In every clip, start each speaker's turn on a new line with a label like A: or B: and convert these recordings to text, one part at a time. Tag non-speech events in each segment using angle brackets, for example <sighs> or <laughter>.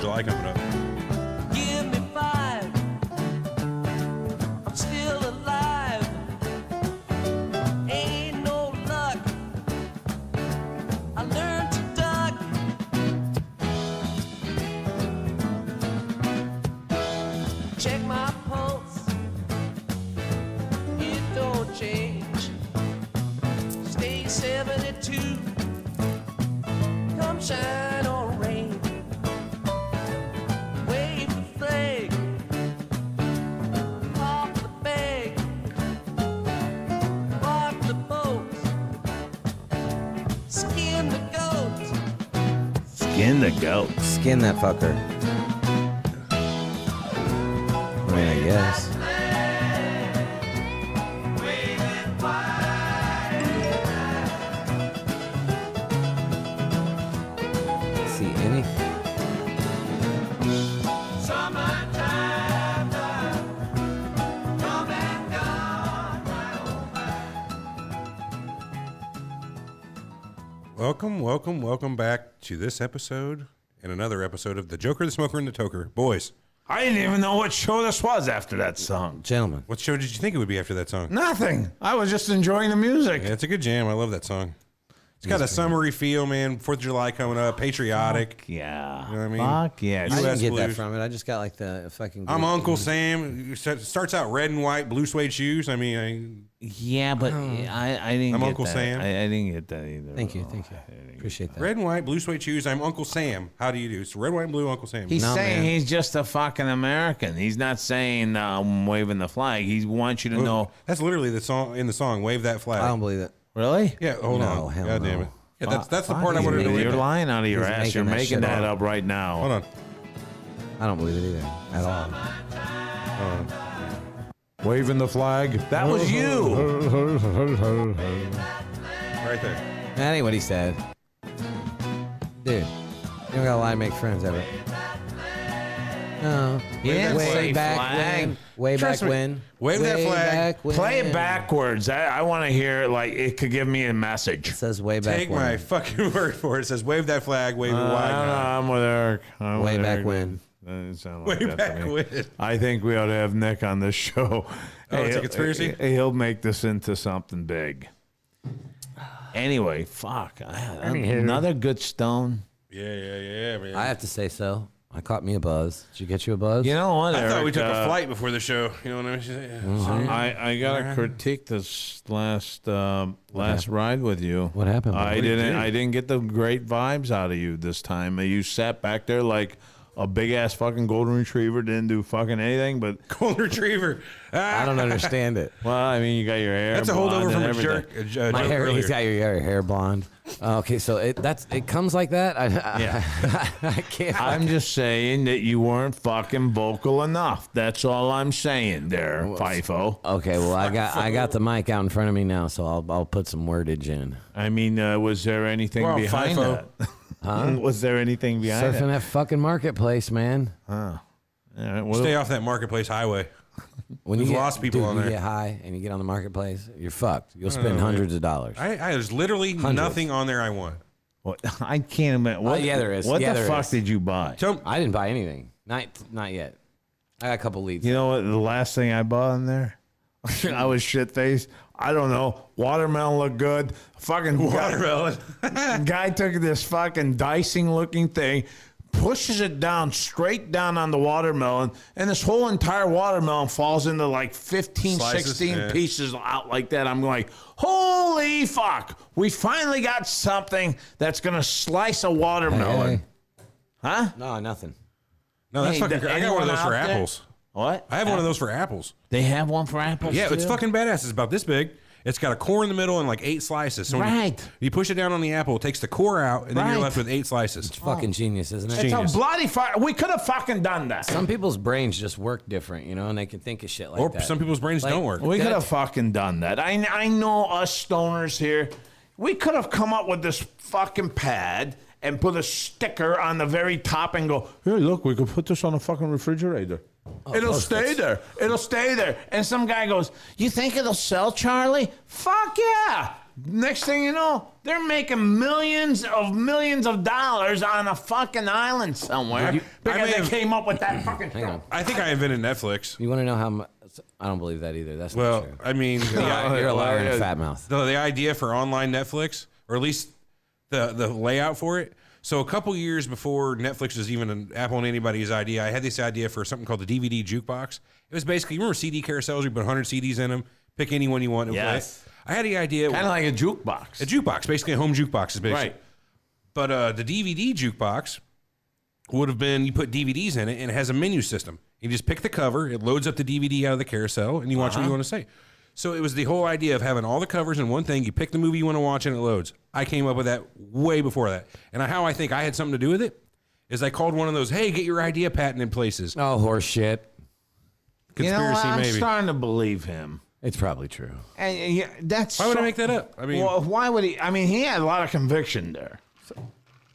A: July coming up.
B: Give me five. I'm still alive. Ain't no luck. I learned to duck. Check my pulse. It don't change. Stay 72. Come shine or rain. Wave the flag, pop the bag, rock the boat, skin the goat.
C: Skin the goat.
D: Skin that fucker. I mean, I guess. See any?
A: Welcome, welcome, welcome back to this episode and another episode of The Joker, The Smoker, and The Toker. Boys,
C: I didn't even know what show this was after that song.
D: Gentlemen.
A: what show did you think it would be after that song?
C: Nothing. I was just enjoying the music.
A: Yeah, it's a good jam. I love that song. It's got a summery feel, man. Fourth of July coming up, patriotic.
C: Yeah.
A: You know what I mean?
C: Fuck yeah.
A: You
D: I
A: US
D: didn't get that
A: blues.
D: from it. I just got like the fucking.
A: I'm
D: Greek-
A: Uncle Sam. It Starts out red and white, blue suede shoes. I mean,
C: Yeah, but I, I didn't get
A: I'm Hmm. Uncle
C: that.
A: Sam.
C: I, I didn't get that either.
D: Thank
A: Oh,
D: you. Thank you. Appreciate
A: I,
D: that.
A: red and white, blue suede shoes. I'm Uncle Sam. How do you do? It's red, white, and blue. Uncle Sam.
C: He's
D: No,
C: saying
D: man.
C: he's just a fucking American. He's not saying uh, I'm waving the flag. He wants you to
A: Oh,
C: know.
A: That's literally the song in the song. Wave that flag.
D: I don't believe it.
C: Really?
A: yeah, hold
D: No,
A: on.
D: hell
A: God damn
D: no.
A: it. Yeah, that's
C: Fuck-
A: that's the
C: fuck,
A: part I
C: he's
A: wanted to
C: making-
D: read.
C: You're
A: read.
C: lying out of your
D: He's
C: ass.
D: making
C: You're
D: that
C: making
D: shit
C: that
D: up.
C: up right now.
A: Hold on.
D: I don't believe it either at all.
C: Waving the flag. That
A: Oh.
C: was you.
A: Right there.
D: That ain't what he said. Dude, you don't gotta lie to make friends ever. No.
C: You didn't
D: way
C: say
D: back
C: flag.
D: when. Way
A: Trust
D: back
A: me.
D: when.
A: Wave
D: way
A: that flag.
D: Back when.
C: Play it backwards. I, I want to hear it like it could give me a message.
D: It says way back
A: Take
D: when.
A: my fucking <laughs> word for it. It says wave that flag, wave it
C: I
A: wide.
C: don't know. I'm with Eric. I'm
D: Way
C: with
D: back
C: Eric.
D: when.
C: Doesn't sound
A: <laughs> Way
C: like that to
A: back
C: me.
A: when.
C: I think we ought to have Nick on this show.
A: Oh, it's a
C: He'll-
A: conspiracy?
C: He'll make this into something big. Anyway, fuck. I, I'm- another good stone.
A: Yeah, yeah, yeah, man.
D: I have to say so. I caught me a buzz. Did you get you a buzz?
C: You know what?
A: I thought we
C: Eric,
A: took
C: uh,
A: a flight before the show. You know what I mean? So-
C: I, I gotta critique this last um, last ride with you.
D: What happened?
C: I
D: What
C: didn't I didn't get the great vibes out of you this time. You sat back there like a big ass fucking golden retriever, didn't do fucking anything. But
A: Golden retriever.
D: I
A: Ah,
D: don't understand it.
C: well, I mean, you got your hair.
A: that's a
C: blonde
A: holdover
C: and
A: from a
C: everything.
A: jerk. A, j- a
D: My
A: joke
D: hair,
A: earlier.
D: he's got your hair, hair blonde. Oh, Okay, so it that's it comes like that. I, I,
C: Yeah.
D: <laughs> I can't.
C: I'm just saying that you weren't fucking vocal enough. That's all I'm saying there, FIFO.
D: okay, well I got I got the mic out in front of me now, so I'll I'll put some wordage in.
C: I mean, uh, was there anything
A: Well,
C: behind
A: FIFO.
D: <laughs>
C: that? <laughs> was there anything behind
D: Surfing
C: that?
D: that fucking marketplace, man.
C: All right, well,
A: Stay off that marketplace highway.
D: When you
A: We've
D: get,
A: lost people
D: dude,
A: on
D: you
A: there.
D: get high and you get on the marketplace, you're fucked. You'll spend hundreds of dollars.
A: I, I there's literally nothing on there I want.
C: What, I can't imagine. What,
D: Uh, yeah, there is.
C: What
D: Yeah,
C: the
D: there
C: fuck
D: is.
C: did you buy?
A: Tell
D: I didn't buy anything. Not not yet. I got a couple leads.
C: You know what? The last thing I bought in there, I was shit faced. I don't know. Watermelon looked good. Fucking
A: watermelon.
C: Guy, <laughs> guy took this fucking dicing looking thing, pushes it down straight down on the watermelon, and this whole entire watermelon falls into like 15,
A: Slices,
C: 16
A: yeah.
C: pieces out like that. I'm like, holy fuck! We finally got something that's gonna slice a watermelon.
D: Hey.
C: Huh?
D: No, nothing.
A: No, that's
C: Hey,
A: fucking.
C: th-
A: Great. I got
C: anyone
A: one of those
C: out
A: for
C: there?
A: apples.
C: What?
A: I have one of those for apples.
C: They have one for apples.
A: Yeah, it's
C: too?
A: fucking badass. It's about this big. It's got a core in the middle and like eight slices. So when you-
C: Right.
A: You, push it down on the apple, it takes the core out, and then you're
C: Right.
A: left with eight slices.
D: Fucking genius, isn't it?
C: It's
A: Genius.
C: a bloody fire. We could have fucking done that.
D: Some people's brains just work different, you know, and they can think of shit like
A: Or
D: that.
A: some people's brains
D: Like-
A: don't work.
C: we could have fucking done that. I I know us stoners here. We could have come up with this fucking pad and put a sticker on the very top and go, "Hey, look, we could put this on a fucking refrigerator.
A: Oh,
C: it'll stay there. It'll stay there." And some guy goes, "You think it'll sell, Charlie? Fuck yeah." Next thing you know, they're making millions of millions of dollars on a fucking island somewhere
A: You- I
C: because
A: may
C: they
A: have-
C: came up with that fucking.
D: Hang on.
A: I think I invented Netflix.
D: You want to know how? Mu- I don't believe that either. That's
A: Well,
D: not true.
A: I
D: <laughs>
A: mean, the,
D: Oh, you're a liar and a
A: idea-
D: fat mouth.
A: the, the idea for online Netflix, or at least the the layout for it. So a couple years before Netflix was even an Apple and anybody's idea, I had this idea for something called the DVD jukebox. It was basically remember CD carousels, you put 100 CDs in them, pick any one you want and
C: Yes.
A: play. I had the idea
C: Kind of like a jukebox.
A: a jukebox, basically a home jukebox is basically.
C: Right.
A: But uh, the DVD jukebox would have been you put DVDs in it and it has a menu system. You just pick the cover, it loads up the DVD out of the carousel, and you watch what you want to say. So it was the whole idea of having all the covers in one thing. You pick the movie you want to watch and it loads. I came up with that way before that. And how I think I had something to do with it is I called one of those, hey, get your idea patented places.
D: Oh, horse shit.
C: You know what?
A: Conspiracy,
C: I'm
A: maybe.
C: starting to believe him.
D: It's probably true.
C: And uh, yeah, that's
A: Why would I
C: so-
A: make that up? I mean,
C: well, why would he? I mean, he had a lot of conviction there.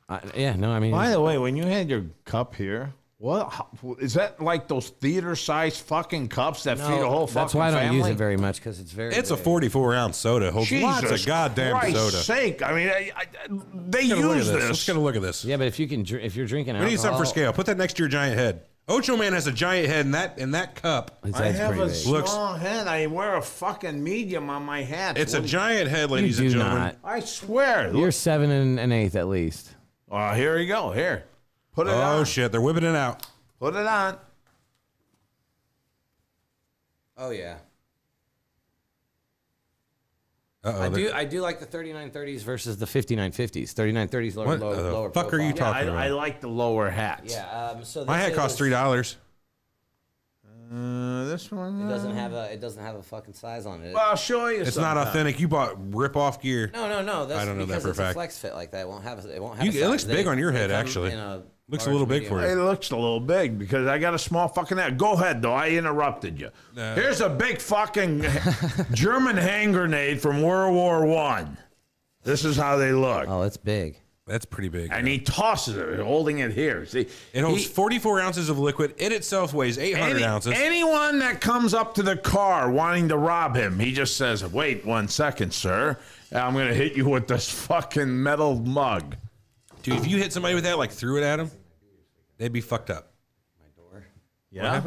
D: I, yeah, no, I mean,
C: By the way, when you had your cup here, what how- is that like those theater-sized fucking cups that
D: no,
C: feed a whole fucking
D: that's why I don't
C: family?
D: use it very much because it's very.
A: it's a
D: big.
A: 44 ounce soda. Holds
C: Jesus
A: lots of goddamn
C: Christ's
A: soda.
C: sake! I mean, I, I, they
A: Let's get a look at
C: use
A: this.
C: this.
A: Let's get a look at this.
D: Yeah, but if you can, dr- if you're drinking,
A: We
D: alcohol,
A: need something for scale. Put that next to your giant head. Ocho Man has a giant head, and that and that cup.
D: It's,
C: I
D: that's
C: have
D: pretty
C: a
D: big.
C: small
A: Looks-
C: head. I wear a fucking medium on my hat.
A: It's a
C: What-
A: giant head,
D: You
A: ladies
D: do
A: and gentlemen.
D: not.
C: I swear.
D: You're seven and an eighth at least.
C: Oh, here you go. Here, put it
A: Oh
C: on.
A: shit, they're whipping it out.
C: Put it on.
D: Oh yeah, I
A: Uh
D: do. I do like the 3930s versus the 5950s. 3930s lower,
A: What
D: low-
A: the
D: lower.
A: fuck are
D: profile.
A: you
D: Yeah,
A: talking-
C: I, I like the lower hats.
D: Yeah. Um, so
A: My
D: they
A: hat
D: say
A: costs
D: this-
A: three dollars.
C: Uh, this one.
D: It
C: uh,
D: doesn't have a. It doesn't have a fucking size on it.
C: I'll show you.
A: It's not
C: sometime.
A: authentic. You bought rip off gear.
D: no, no, no. That's
A: I don't know that
D: because
A: for a
D: it's
A: fact.
D: flex fit like that. It won't have. A, it won't have.
A: You-
D: a
A: it
D: size.
A: looks
D: They-
A: big on your
D: they
A: head,
D: come
A: actually.
D: in a
A: Looks a
D: large,
A: little big
D: medium.
A: for you.
C: It looks a little big because I got a small fucking head. Go ahead though. I interrupted you.
A: No.
C: Here's a big fucking German hand grenade from World War One. This is how they look.
D: Oh, it's big.
A: That's pretty big.
C: And he tosses it, holding it here. See,
A: It holds
C: He-
A: 44 ounces of liquid. It itself weighs 800
C: any-
A: ounces.
C: Anyone that comes up to the car wanting to rob him, he just says, "Wait one second, sir. I'm gonna hit you with this fucking metal mug."
A: Dude, if you hit somebody with that, like threw it at them, they'd be fucked up.
C: Yeah.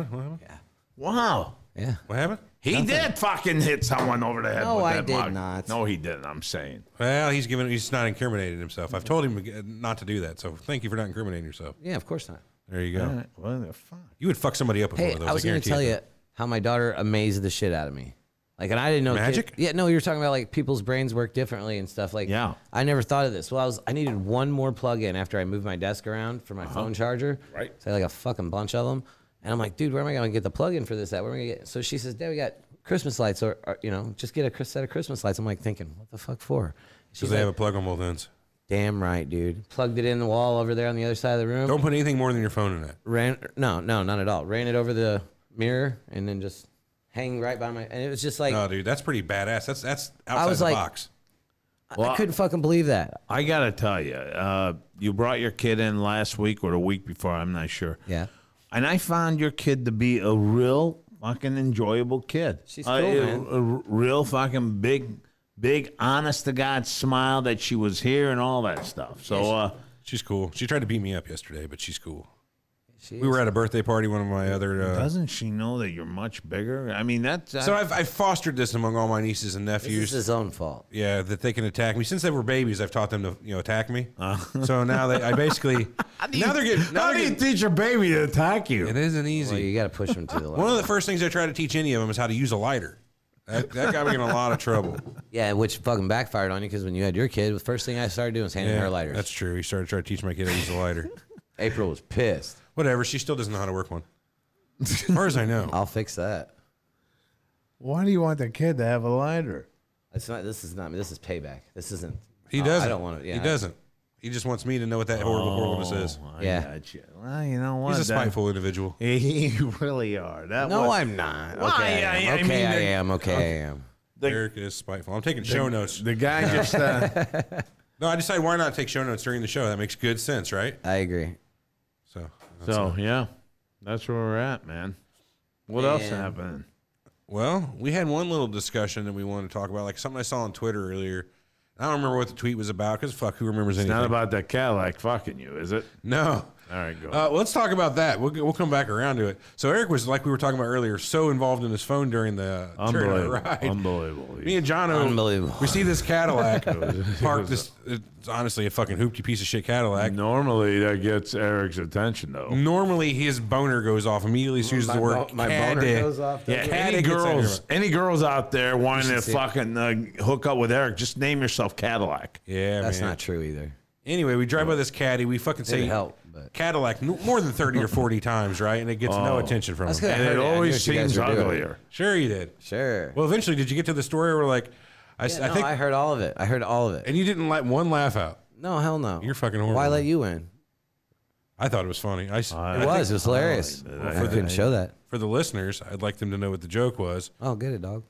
C: Wow.
D: Yeah.
A: What happened?
C: He did fucking hit someone over the head
D: No,
C: with
D: I
C: that
D: did
C: mug.
D: not.
C: No, he didn't. I'm saying.
A: Well, he's giving. He's not incriminating himself. I've told him not to do that. So thank you for not incriminating yourself.
D: Yeah. Of course not.
A: There you go.
C: All right, What the fuck?
A: You would fuck somebody up with
D: Hey,
A: one of those.
D: I was going to
A: guarantee
D: tell
A: it.
D: you how my daughter amazed the shit out of me. Like, and I didn't know kid-
A: Magic?
D: yeah, no, you were talking about like people's brains work differently and stuff. Like,
C: Yeah.
D: I never thought of this. Well, I was I needed one more plug in after I moved my desk around for my
A: Uh-huh.
D: phone charger.
C: Right.
D: So I had like a fucking bunch of them, and I'm like, dude, where am I going to get the plug in for this? At where am I going to get? So she says, Dad, we got Christmas lights, or, or, you know, just get a Chris- set of Christmas lights. I'm like thinking, what the fuck for? She's
A: Because they
D: like,
A: have a plug on both ends.
D: damn right, dude. Plugged it in the wall over there on the other side of the room.
A: Don't put anything more than your phone in it.
D: ran no no not at all ran it over the mirror and then just hang right by my and it was just like
A: No, dude, that's pretty badass. That's that's outside
D: was
A: the
D: like-
A: box.
D: i couldn't fucking believe that
C: I gotta tell you, uh, you brought your kid in last week or the week before. I'm not sure.
D: yeah
C: And I found your kid to be a real fucking enjoyable kid.
D: She's
C: Uh,
D: cool,
C: a,
D: man.
C: a r- real fucking big, big, honest to God smile that she was here and all that stuff. So, uh,
A: She's cool. She tried to beat me up yesterday, but she's cool.
D: She
A: We were at a birthday party. One of my other. Uh,
C: doesn't she know that you're much bigger? I mean, that's uh,
A: so I've, I've fostered this among all my nieces and
D: this is
A: nephews.
D: his own fault
A: yeah, that they can attack me. Since they were babies, I've taught them to you know attack me.
D: Oh. <laughs>
A: So now they, I basically now they're getting now
C: how
A: they're
C: do you
A: getting,
C: teach your baby to attack you?
A: it isn't
D: well,
A: easy.
D: you got to push him to
A: <laughs>
D: the
A: One of
D: line
A: the first things I try to teach any of them is how to use a lighter. That, that got me in a lot of trouble.
D: yeah which fucking backfired on you because when you had your kid the first thing i started doing was handing
A: Yeah,
D: her lighters
A: That's true. He started trying to teach my kid how to use a lighter. <laughs>
D: april was pissed
A: Whatever. She still doesn't know how to work one. As far as I know.
D: <laughs> i'll fix that
C: Why do you want the kid to have a lighter?
D: it's not this is not this is payback this isn't
A: He
D: Oh, I-
A: doesn't.
D: i don't want to yeah
A: He doesn't. He just wants me to know what that horrible horribleness is.
D: Yeah.
C: Gotcha. Well, you know what?
A: He's a
C: that- <laughs>
A: spiteful individual.
C: you really are. That
D: no
C: was-
D: i'm not
C: Well, I-
D: okay i,
C: I- I
D: am okay
C: mean,
D: i
C: the-
D: am okay i am
A: Eric is spiteful. I'm taking show notes.
C: The guy just. Uh,
D: <laughs>
A: No, I decided why not take show notes during the show. That makes good sense, right?
D: i agree
A: So,
C: So yeah, that's where we're at, man. What else
D: Man.
C: happened?
A: well, we had one little discussion that we wanted to talk about, like something I saw on Twitter earlier. I don't remember what the tweet was about because fuck, who remembers anything?
C: Not about that Cadillac fucking you, is it?
A: no.
C: All right, go.
A: Uh, let's talk about that. We'll, we'll come back around to it. So Eric was like we were talking about earlier, so involved in his phone during the uh, Terry Knight
C: Unbelievable.
A: ride.
C: Unbelievable.
A: Me and John,
D: Unbelievable.
A: we see
C: <laughs>
A: this Cadillac
C: was-
A: parked. This it's honestly a fucking hoopty piece of shit Cadillac.
C: Normally that gets Eric's attention
A: Mm.
C: though.
A: Normally his boner goes off immediately as soon as
D: My
A: the word
D: bo- my boner
A: caddy-
D: goes off,
A: Yeah,
D: doesn't it?
A: caddy
C: Any
A: gets under
C: girls,
A: it.
C: any girls out there wanting to
D: see it.
C: fucking uh, hook up with Eric, just name yourself Cadillac.
A: Yeah,
D: That's
A: man.
D: not true either.
A: Anyway, we drive by this caddy. We fucking say
D: Didn't help, but-
A: Cadillac n- more than thirty or
C: <laughs>
A: forty times, right? And it gets
C: Oh.
A: no attention from
D: That's
A: him.
D: good.
C: And
D: I
C: it
D: heard it. I knew
C: always
D: what you guys
C: seems
D: were doing.
C: uglier.
A: Sure, you did.
D: Sure.
A: Well, eventually, did you get to the story where like I, s-
D: Yeah,
A: I
D: no,
A: think,
D: I heard all of it. I heard all of it.
A: and you didn't let one laugh out.
D: No, hell no.
A: You're fucking horrible.
D: Why let you in?
A: I thought it was funny. I s
D: Uh, It was. It was hilarious.
A: Oh,
D: I couldn't show that.
A: for the listeners, I'd like them to know what the joke was.
D: Oh, get it, dog.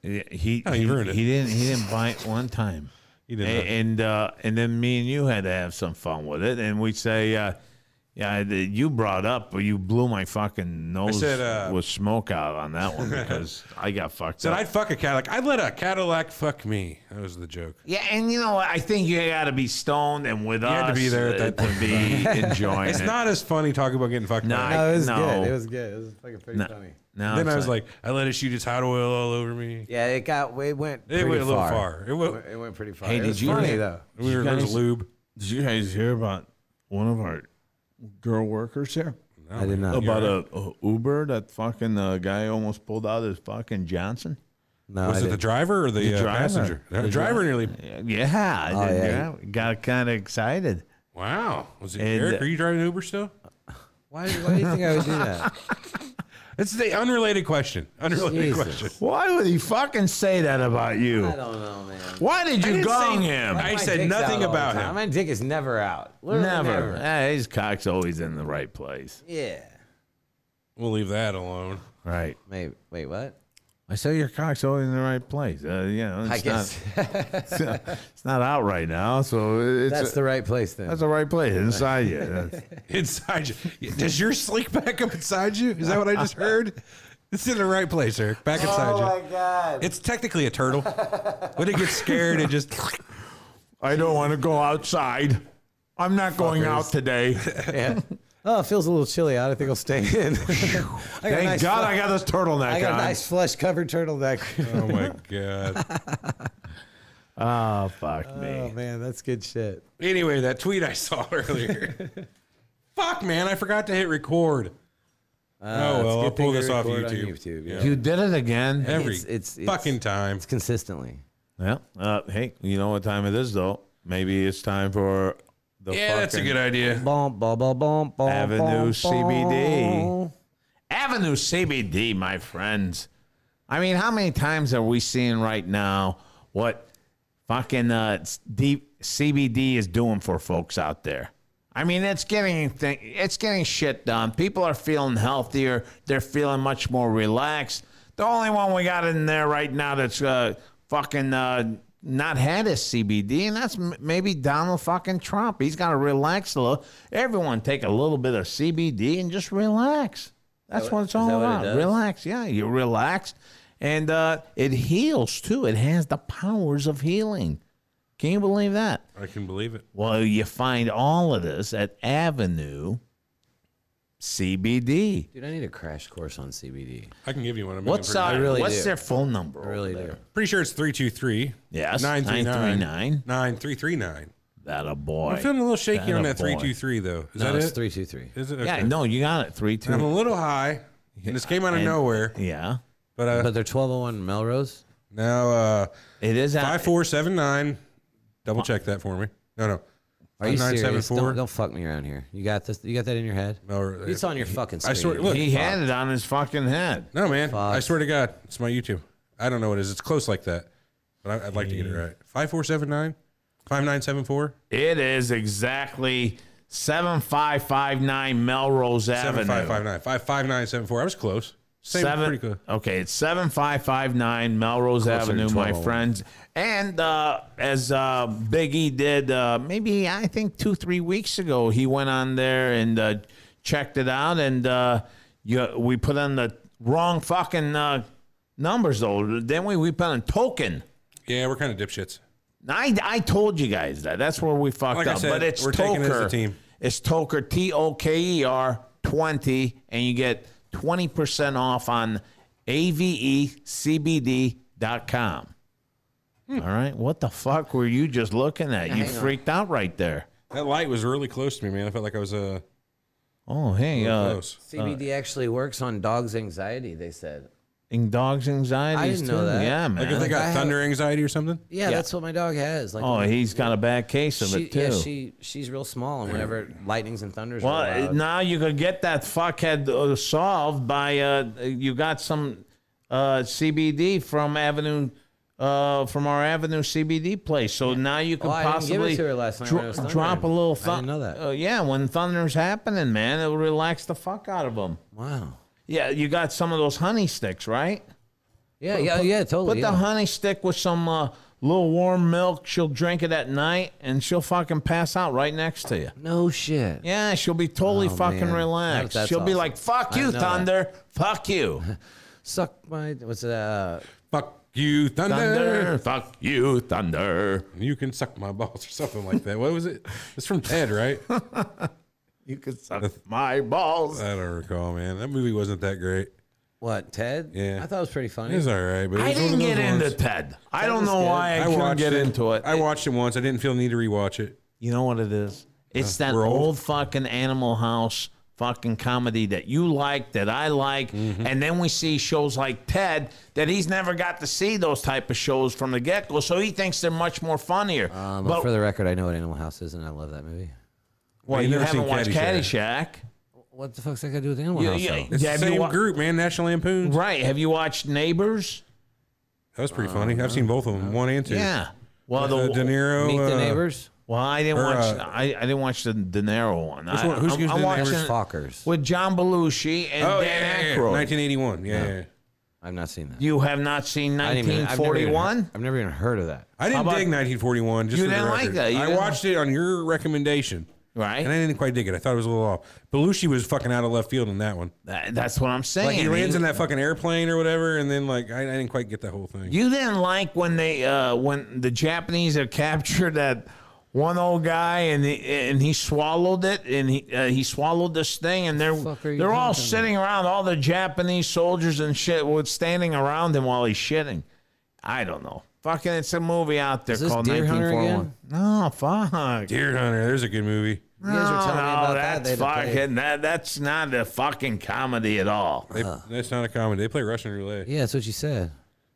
C: He he,
A: Oh, you ruined it.
C: he didn't he didn't bite one time.
A: He
C: A-
A: did not.
C: and uh, and then me and you had to have some fun with it, and we say, uh, yeah, the, you brought up, or you blew my fucking nose
A: said, uh,
C: with smoke out on that
A: <laughs>
C: one because I got fucked
A: Said
C: up.
A: I'd fuck a Cadillac. I'd let a Cadillac fuck me. That was the joke.
C: yeah, and you know, what? I think you got to be stoned and with
A: had
C: us
A: to be there at
C: uh,
A: that
C: to be enjoying
A: <laughs> It's
C: it.
A: not as funny talking about getting fucked.
C: No,
A: by
C: I-
A: a
D: No, it was
C: no.
D: good. It was good. It was fucking pretty
C: no,
D: funny.
C: no,
A: then
C: it's
A: I was like, I let it shoot its hot oil all over me.
D: Yeah, it got. It went.
A: It
D: pretty
A: went a little
D: far.
A: far. It went,
D: It went pretty far.
C: Hey,
D: It
C: did
D: was
C: you-
D: funny though?
A: we were
C: You
A: there's
C: guys-
A: lube.
C: did you guys hear about one of our girl workers here?
D: I did not.
C: About a, a Uber that fucking uh, guy almost pulled out his fucking Johnson.
D: No, I
A: Was it the
D: didn't.
A: driver or the,
C: The
A: uh,
C: driver.
A: passenger? The,
C: The
A: driver
C: driver.
A: nearly.
C: Yeah, I
D: Oh,
C: did,
D: yeah.
C: yeah. Got kind of excited.
A: Wow. Was it
C: And,
A: Eric?
C: uh,
A: Are you driving Uber still?
D: Why, why do you think I would do that? <laughs>
A: It's the unrelated question. Unrelated
D: Jesus.
A: question.
C: Why would he fucking say that about
D: I
C: you?
D: don't know, man.
C: Why did you
A: didn't
C: gong
A: say-
C: him?
A: I
D: My
A: said
D: dick's
A: nothing
D: out all the
A: about
D: time.
A: him.
D: My dick is never out. Literally
C: never. Eh, his cock's always in the right place.
D: Yeah.
A: We'll leave that alone.
C: Right.
D: Maybe. Wait, what?
C: I say your cock's always in the right place. Uh, you know, it's
D: I guess
C: not <laughs> it's not out right now, so it's
D: that's the right place then.
C: that's the right place inside you.
D: <laughs>
C: That's-
A: Inside you. Does your slick back up inside you? Is that what I just heard? It's in the right place, Eric. Back inside
D: Oh,
A: you.
D: god.
A: It's technically a turtle. When it gets scared, it just.
C: I don't want to go outside. I'm not going out
D: <laughs>
C: today.
D: Yeah.
C: <laughs>
D: Oh, it feels a little chilly out. I think I'll stay in. <laughs> I got a
C: Thank
D: nice
C: God
D: fl-
C: I got this turtleneck
D: I got a
C: on.
D: nice flush
A: <laughs>
D: covered turtleneck.
A: Oh my god.
C: Oh fuck
D: oh
C: me.
D: man, that's good shit.
A: Anyway, that tweet I saw <laughs> earlier. Fuck, man, I forgot to hit record. oh
D: Uh, it's
A: well,
D: a
A: I'll
D: good thing
A: pull
D: we
A: this off
D: record
A: YouTube.
D: on YouTube, yeah.
C: You did it again.
A: Every
D: It's- it's- it's-
A: fucking time.
D: It's consistently.
C: Yeah. Uh, hey, you know what time it is though? Maybe it's time for the
A: Yeah, that's a
C: fucking
A: good idea.
D: Bom, bom, bom, bom, bom,
C: Avenue
D: bom,
C: CBD.
D: bom.
C: Avenue CBD, my friends. I mean, how many times are we seeing right now what fucking uh, s- deep CBD is doing for folks out there? I mean, it's getting th- it's getting shit done. People are feeling healthier. They're feeling much more relaxed. The only one we got in there right now that's uh, fucking uh, not had is CBD, and that's m- maybe Donald fucking Trump. He's got to relax a little. Everyone take a little bit of CBD and just relax. That's what it's all
D: that what it
C: about.
D: does?
C: relax. Yeah, you relax, and uh, it heals too. It has the powers of healing. Can you believe that?
A: I can believe it.
C: Well, you find all of this at Avenue CBD.
D: Dude, I need a crash course on CBD.
A: I can give you one. I'm
C: What's uh,
D: really
C: what's
D: do.
C: their phone number?
D: I really do.
A: Pretty sure it's 323.
C: Yes,
A: 939.
C: 939.
A: 9339.
C: That a boy.
A: I'm feeling a little shaky on
C: Atta
A: that
C: boy.
A: 323, though. Is
D: No,
A: that
D: it's
A: it?
D: three two three.
A: Is it?
C: Yeah,
A: Okay.
C: no, you got it. Three
A: I'm
C: two.
A: a little high. And this came out of
C: And-
A: nowhere.
C: Yeah,
A: But uh,
D: But they're twelve oh one Melrose.
A: now, uh,
C: it is. out-
A: 5479. Double check that for me. No, no.
D: Are you serious?
A: 5974.
D: Don't, don't fuck me around here. You got this. You got that in your head.
A: No, uh,
D: It's on your fucking screen.
A: I swear- look.
C: He had it on his fucking head.
A: No, man. I
D: Fuck.
A: swear to God, it's my YouTube. I don't know what it is. It's close like that. But I, I'd like to get it right. 5479? 5974?
C: It is exactly seven five five nine Melrose Avenue.
A: 7559. 55974. I was close. Same, pretty close.
C: Okay, it's seven five five nine Melrose Avenue, my
D: 1201.
C: friends. And uh, as uh, Big E did, uh, maybe I think two three weeks ago, he went on there and uh, checked it out, and uh, you, we put on the wrong fucking uh, numbers though, didn't we? We put on token.
A: Yeah, we're kind of dipshits.
C: I, I told you guys that. That's where we fucked
A: Like I
C: up.
A: said,
C: but it's
A: we're taking it as a
C: Toker.
A: team.
C: It's Toker T O K E R twenty, and you get twenty percent off on E avecbd.com.
A: Hmm.
C: All right, what the fuck were you just looking at? You
D: hang on.
C: freaked out right there.
A: That light was really close to me, man. I felt like I was uh,
C: Oh, hey, uh,
A: close.
D: CBD actually works on dogs' anxiety. They said.
C: in dogs' anxiety.
D: I didn't know that.
C: Yeah, man.
A: Like if they got
D: I have-
A: thunder anxiety or something.
D: Yeah, that's what my dog has. Like,
C: oh, he's got a bad case of
D: she,
C: it too.
D: yeah, she she's real small, and whenever lightnings and thunders,
C: Well,
D: are
C: uh,
D: loud,
C: now you could get that fuckhead uh, solved by uh, you got some uh, CBD from Avenue. Uh, from our Avenue CBD place, so now you could
D: Oh, I didn't give it
C: possibly
D: to her last night
C: dro-
D: when it was thundering.
C: drop a little.
D: I didn't know that.
C: Uh, yeah, when thunder's happening, man, it'll relax the fuck out of them.
D: wow.
C: Yeah, you got some of those honey sticks, right?
D: Yeah, yeah, yeah, totally.
C: Put
D: yeah.
C: the honey stick with some uh, little warm milk. She'll drink it at night, and she'll fucking pass out right next to you.
D: no shit.
C: Yeah, she'll be totally
D: Oh,
C: fucking
D: man.
C: relaxed.
D: That- that's
C: she'll be
D: awesome.
C: like, "Fuck
D: I
C: you,
D: know that.
C: Thunder. Fuck you,
D: Suck my what's it? Uh,
A: Fuck you, thunder.
C: Thunder. Fuck you, Thunder."
A: You can suck my balls or something like that. What was it? It's from
C: <laughs>
A: Ted, right? I
C: You can suck my balls.
A: don't recall, man. That movie wasn't that great.
D: what Ted?
A: Yeah.
D: I thought it was pretty
A: It
D: funny.
A: was all right, but it
C: I
A: was one
C: didn't
A: of those
C: get into
A: ones.
C: Ted. I
D: Ted
C: don't
D: was
C: know
D: good.
C: why I, couldn't get into it.
A: I watched it once. I didn't feel the need to rewatch it.
C: You know what it is? It's that
A: we're
C: old.
A: old.
C: fucking Animal House fucking comedy that you like, that I like, and then we see shows like Ted that he's never got to see those type of shows from the get go, so he thinks they're much more funnier.
D: um,
C: but
D: for the record, I know what Animal House is, and I love that movie.
C: well,
A: You've
C: you
A: never seen
C: haven't watched Caddyshack.
A: Caddyshack.
D: What the fuck's that got to do with Animal
C: Yeah,
D: House?
C: yeah.
D: though?
A: It's
C: have
A: the
C: you
A: same
C: wa-
A: group, man. National Lampoons.
C: Right? Have you watched Neighbors?
A: That was pretty funny. I've seen both of them, one and two.
C: Yeah. Well,
A: Uh, De
C: the,
A: Niro.
D: Meet the
A: uh,
D: neighbors.
C: well, I didn't
A: or,
C: watch.
A: uh,
C: I, I didn't watch the De Niro one. I,
A: one? Who's
C: I'm,
A: using
C: I'm
A: De Niro's
C: watching
D: Fockers.
C: with John Belushi and
A: Oh, yeah,
C: Dan
A: yeah, yeah.
C: Aykroyd.
A: 1981. Yeah, yeah. yeah.
D: I've not seen that.
C: You have not seen
D: I didn't even- I've never even heard-
C: 1941?
D: I've never even heard of that.
A: I didn't
C: about-
A: dig 1941. Just
C: You
A: for the
C: didn't like
A: record.
C: that. You
A: I
C: didn't-
A: watched it on your recommendation,
C: Right.
A: and I didn't quite dig it. I thought it was a little off. Belushi was fucking out of left field in that one.
C: That- that's what I'm saying.
A: Like he lands
C: You-
A: in that fucking airplane or whatever, and then like I, I didn't quite get the whole thing.
C: You didn't like when they uh, when the Japanese had captured that one old guy and he, and he swallowed it and he uh, he swallowed this thing and they're
D: fuck are you
C: they're all
D: talking
C: sitting around all the Japanese soldiers and shit was standing around him while he's shitting. I don't know. Fucking, it's a movie out there
D: this
C: called
D: Deer Hunter
C: 1941. No, fuck.
A: Deer Hunter, there's a good movie.
D: You guys were telling me
C: no,
D: about that.
C: that's
D: They'd have played-
C: fucking that, that's not a fucking comedy at all.
A: They, That's not a comedy. They play Russian roulette.
D: Yeah, that's what you said.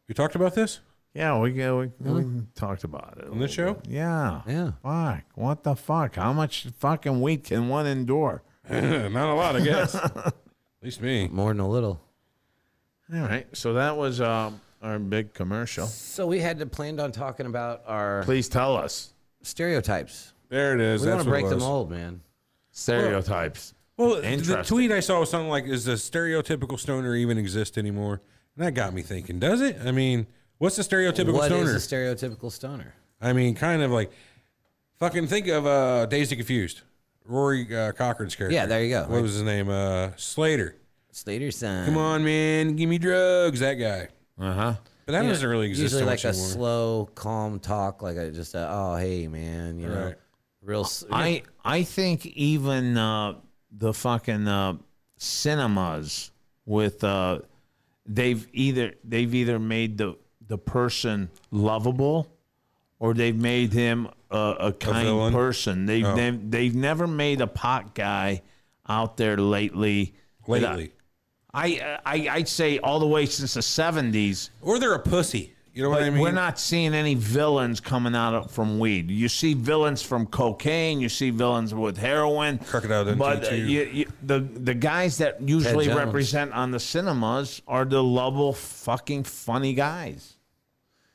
A: We talked about this
C: Yeah, we, uh, we, we talked about it.
A: on this show.
C: Yeah.
D: Yeah.
C: Fuck. What the fuck? How much fucking weight can one endure?
A: <laughs> not a lot, I guess. At least me.
D: More than a little.
C: All right. So that was um, our big commercial.
D: So we had to planned on talking about our
C: Please tell us
D: stereotypes.
A: There it is.
D: We want
A: That's
D: to
A: what
D: break
A: it
D: the
A: was.
D: mold, man.
C: stereotypes.
A: Well, the
C: Interesting.
A: tweet I saw was something like, "Is the stereotypical stoner even exist anymore?" And that got me thinking. Does it? I mean, what's the stereotypical
D: What is
A: stoner?
D: a stereotypical stoner?
A: I mean, kind of like, fucking think of uh, Daisy Confused, Rory uh, Cochran's character.
D: Yeah, there you go.
A: What was his name? Uh, Slater.
D: Slater son.
A: Come on, man, give me drugs. That guy.
C: Uh huh.
A: But that doesn't really exist
D: usually
A: so
D: like
A: much
D: a
A: anymore.
D: slow, calm talk, like a, just a oh hey man, you know,
A: Right.
D: real. s-
C: I I think even uh, the fucking uh, cinemas with uh, they've either they've either made the the person lovable or they've made him a, Oh. a kind
A: villain?
C: person. They've, they've they've never made a pot guy out there lately. that I-
A: lately,
C: I, I I'd say all the way since the seventies.
A: or they're a pussy. You know what I mean?
C: We're not seeing any villains coming out of, from weed. You see villains from cocaine. You see villains with heroin.
A: Crocodile Dundee
C: But uh,
A: too.
C: you, you, the the guys that usually
D: Jones.
C: represent on the cinemas are the lovable, fucking funny guys.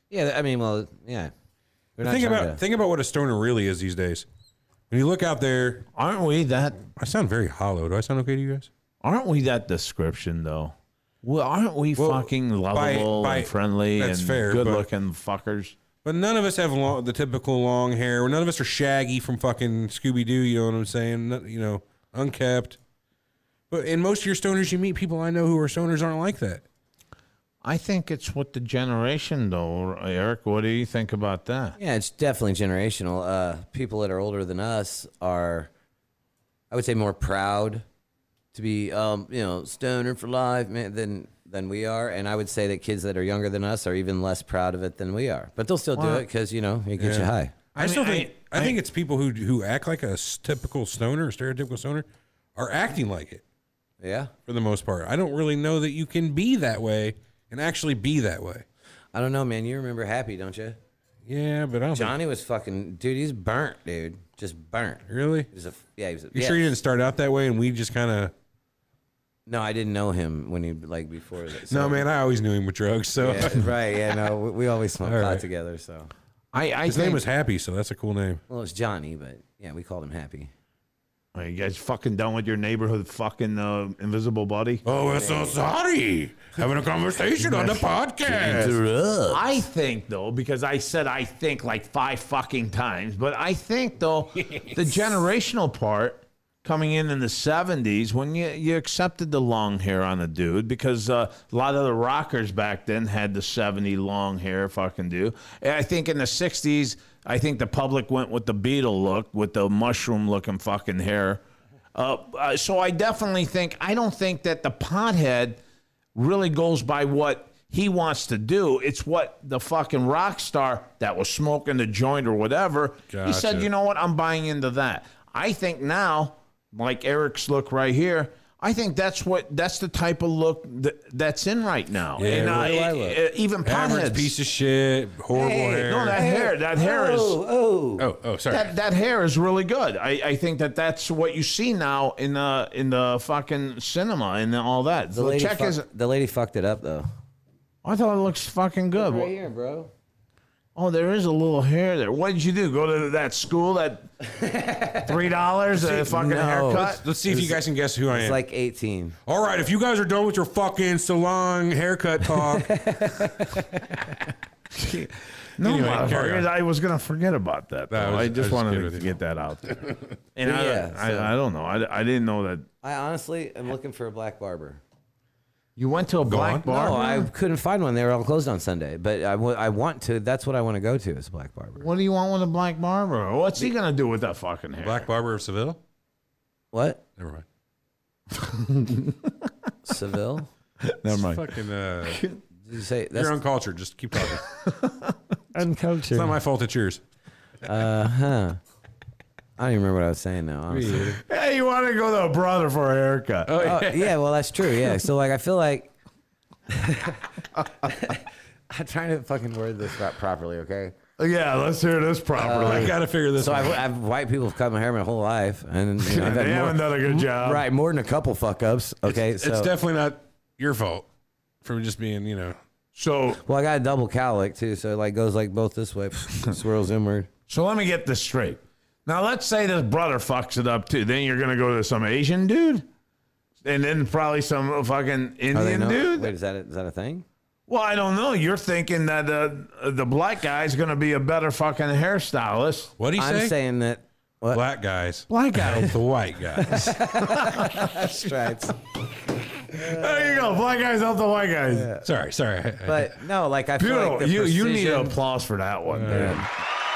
D: yeah, I mean, well, yeah. We're not
A: Think
D: trying
A: about
D: to-
A: think about what a stoner really is these days. When you look out there,
C: Aren't we that?
A: I sound very hollow. Do I sound okay to you guys?
C: Aren't we that description though? Well, aren't we
A: Well,
C: fucking
A: by-
C: lovable
A: by-
C: and friendly
A: that's
C: and
A: fair, but-
C: good-looking fuckers?
A: But none of us have long, the typical long hair. None of us are shaggy from fucking Scooby Doo. You know what I'm saying? Not- you know, unkept. But in most of your stoners you meet, people I know who are stoners aren't like that.
C: I think it's what the generation, though. Eric, what do you think about that?
D: Yeah, it's definitely generational. Uh, people that are older than us are, I would say, more proud to be, um, you know, stoner for life man, than than we are. And I would say that kids that are younger than us are even less proud of it than we are. But they'll still do it because you know it gets you high.
A: I,
C: I
A: still
C: mean,
A: think I, think it's people who who act like a s- typical stoner, stereotypical stoner, are acting like it
D: Yeah,
A: for the most part. I don't really know that you can be that way and actually be that way.
D: I don't know, man. You remember Happy, don't you?
A: Yeah, but I don't
D: Johnny was fucking dude. He's burnt, dude. Just burnt.
A: think really.
D: He was a yeah. He was a,
A: You
D: yeah.
A: sure you didn't start out that way and we just kind of
D: No, I didn't know him when he like before. That,
A: No,
D: so-
A: man, I always knew him with drugs. So
D: Yeah, right? Yeah, no, we, we always smoked
A: All
D: pot
A: right.
D: together, so.
C: I, I
A: <laughs> his name was Happy, so that's a cool name.
D: Well, it's Johnny, but yeah, we called him Happy.
C: Are you guys fucking done with your neighborhood fucking uh, invisible buddy?
A: Oh, we're so sorry. Having a conversation
D: <laughs>
A: on the podcast.
C: I think though, because I said I think like five fucking times, but I think though, the generational part coming in in the '70s when you you accepted the long hair on a dude because uh, a lot of the rockers back then had the '70 long hair fucking do. And I think in the '60s, I think the public went with the Beatle look with the mushroom looking fucking hair. Uh, uh, so I definitely think I don't think that the pothead really goes by what he wants to do. It's what the fucking rock star that was smoking the joint or whatever. He
A: Gotcha.
C: said, you know what? I'm buying into that. I think now, like Eric's look right here, I think that's what that's the type of look that, that's in right now.
A: Yeah,
C: and,
A: what
D: do I
C: uh,
D: look?
C: e- e- even
A: Average
C: potheads.
A: piece of shit, horrible hair.
C: no, that hair, that hair is
D: Oh,
A: oh, oh, sorry.
C: that, that hair is really good. I, I think that that's what you see now in the in the fucking cinema and all that.
D: The
C: The
D: lady,
C: check
D: fuck-
C: is.
D: the lady fucked it up though.
C: I thought it looks fucking good.
D: Right here, bro.
C: Oh, there is a little hair there. What did you do? Go to that school that
D: <laughs>
C: three dollars a fucking
D: no.
C: haircut?
A: Let's see if you guys can guess who I
D: It's
A: am.
D: like 18.
A: All right, if you guys are done with your fucking salon haircut
D: <laughs>
A: talk,
C: No,
A: Anyway, carry on.
C: motherfuckers, I was gonna forget about that.
A: No, I
C: though. I
A: was- I was
C: just
A: just
C: wanted
A: kidding
C: to
A: with you.
C: get that out
A: <laughs>
C: there. And I,
D: Yeah,
C: I,
D: so-
C: I don't know. I, I didn't know that
D: I honestly am looking for a black barber.
C: you went to a black
A: on.
C: bar.
D: No, I couldn't find one. They were all closed on Sunday. But I wa- I want to. That's what I want to go to is a black barber.
C: What do you want with a black barber? What's he gonna do with that fucking hair?
A: Black Barber of Seville.
D: What?
A: Never mind.
D: Seville?
C: Never mind.
A: Fucking,
D: <laughs>
A: uh,
D: Did you say that's
A: you're uncultured. Just keep talking.
D: uncultured?
A: It's not my fault. It's yours.
D: Uh huh. I don't even remember what I was saying now. honestly.
C: Hey, you want to go to a brother for a haircut?
D: Oh, yeah, well, that's true. Yeah. So, like, I feel like <laughs> I'm trying to fucking word this pro- properly, okay?
C: Uh, yeah, let's hear this
A: I
C: properly.
A: gotta figure this.
D: So,
A: out.
D: I've, I've white people have cut my hair my whole life, and you know, I've had <laughs>
C: they haven't
D: more, Hmm?
C: done a good job.
D: right more than a couple fuck ups. Okay,
A: it's
D: so
A: definitely not your fault from just being, you know.
C: So,
D: well, I got a double cowlick too, so it like goes like both this <laughs> way, swirls inward.
C: so let me get this straight. Now, let's say this brother fucks it up too. Then you're gonna go to some Asian dude, and then probably some fucking
D: Are they
C: Indian
D: no-
C: dude.
D: Wait, is that a, is that a thing?
C: Well, I don't know. You're thinking that uh, the black guy's gonna be a better fucking hairstylist.
A: What do you
D: I'm
A: say?
D: saying that. What?
A: Black guys.
C: Black guy.
A: help <laughs> the white guys.
D: <laughs> Stripes.
C: there you go. Black guys help the white guys.
A: sorry, sorry.
D: but no, like I feel
C: Beautiful.
D: like the
C: you you need
D: precision-
C: applause for that one. man.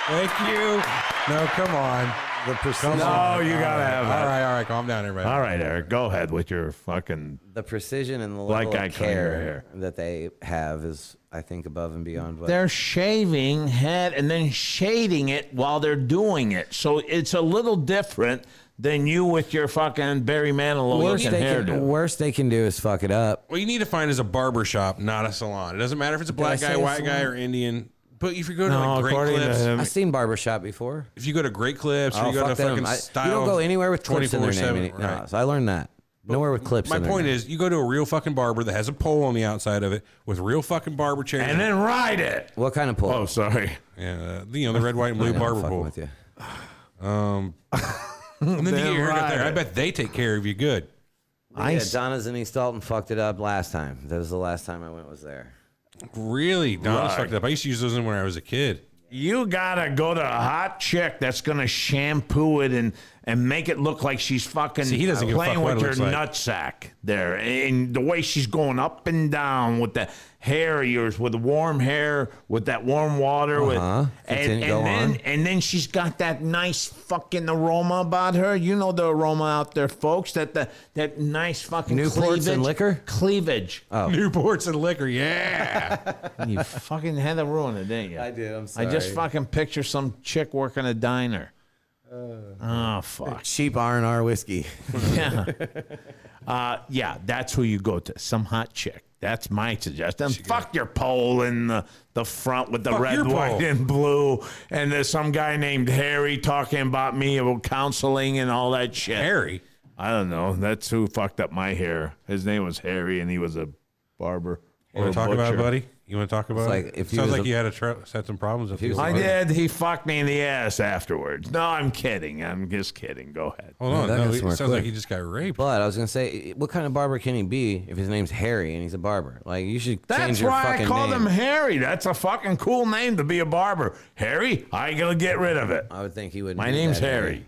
A: Thank you. No, come on.
D: the precision,
C: No, Oh, you gotta have
A: All
C: it.
A: right, all right. Calm down, everybody.
C: All right, Eric, go ahead with your fucking.
D: the precision and the
C: Black
D: level
C: guy
D: of
C: cutting your
D: care that they have is, I think, above and beyond what
C: They're shaving head and then shading it while they're doing it, so it's a little different than you with your fucking Barry Manilow
D: worst
C: looking
D: they, can,
C: hairdo.
D: worst they can do is fuck it up.
A: What you need to find is a barber shop, not a salon. It doesn't matter if it's a black
D: I
A: guy,
D: say
A: white
D: salon?
A: guy, or Indian. But if you go to like Great Clips,
D: I've seen barbershop before.
A: if you go to Great Clips, or
D: Oh,
A: you go to
D: fuck them.
A: fucking
D: I-
A: style.
D: you don't go anywhere with clips in their name.
A: 24/7,
D: Any,
A: right.
D: No, so I learned that. Nowhere with clips
A: My
D: in
A: point
D: their
A: is, you go to a real fucking barber that has a pole on the outside of it with real fucking barber chairs.
C: and then ride it.
D: What kind of pull?
C: Oh, sorry.
A: yeah, uh, you know the red, white, and blue
D: <laughs> I'm
A: barber
D: fucking
A: pole.
D: with you.
A: And then you get your haircut there.
C: right.
A: I bet they take care of you good.
C: I
D: yeah,
C: s-
D: Donna's in East Dalton fucked it up last time. That was the last time I went was there.
A: Really, Donna's
C: Right.
A: fucked up. I used to use those when I was a kid.
C: You gotta go to a hot chick that's gonna shampoo it and and make it look like she's fucking
A: See, he doesn't give a
C: playing
A: fuck what
C: with
A: it
C: your
A: looks like.
C: nutsack there. And the way she's going up and down with the hair of yours, with the warm hair, with that warm water,
D: Uh-huh.
C: with and,
D: Continue- go
C: and then
D: on.
C: and then she's got that nice fucking aroma about her. You know the aroma out there, folks. That the that nice fucking
D: Newports
C: cleavage,
D: and liquor?
A: Oh,
C: cleavage.
D: Oh.
A: Newports and liquor, yeah.
C: You fucking had to ruin it, didn't you?
D: I did, I'm
C: I just
D: sorry.
C: fucking picture some chick working a diner. oh fuck.
D: Cheap R and R whiskey.
C: Yeah. Uh, yeah, that's who you go to. Some hot chick. That's my suggestion. Fuck your pole in the, the front with the
A: Fuck
C: red,
A: your
C: white,
A: pole.
C: and blue. And there's some guy named Harry talking about me about counseling and all that shit.
A: Harry.
C: I don't know. That's who fucked up my hair. His name was Harry, and he was a barber. or
A: You
C: a
A: want to talk about it,
C: butcher.
A: buddy? You want to talk about
D: like
A: it?
D: if he
A: Sounds
D: was
A: like
D: a-
A: you had a tr- had some problems. If he
D: was
A: was
D: a
C: I
A: a-
C: did. He fucked me in the ass afterwards. No, I'm kidding. I'm just kidding. Go ahead.
A: Hold on.
D: that
A: No,
D: gets
A: it
D: more
A: sounds like
D: quick.
A: he just got raped.
D: <laughs> But I was gonna say, what kind of barber can he be if his name's Harry and he's a barber? Like you should change
C: That's
D: your
C: why I
D: fucking
C: called
D: name.
C: him Harry. That's a fucking cool name to be a barber. Harry, I ain't gonna get rid of it.
D: I would think he would.
C: My
D: be
C: name's
D: that
C: Harry.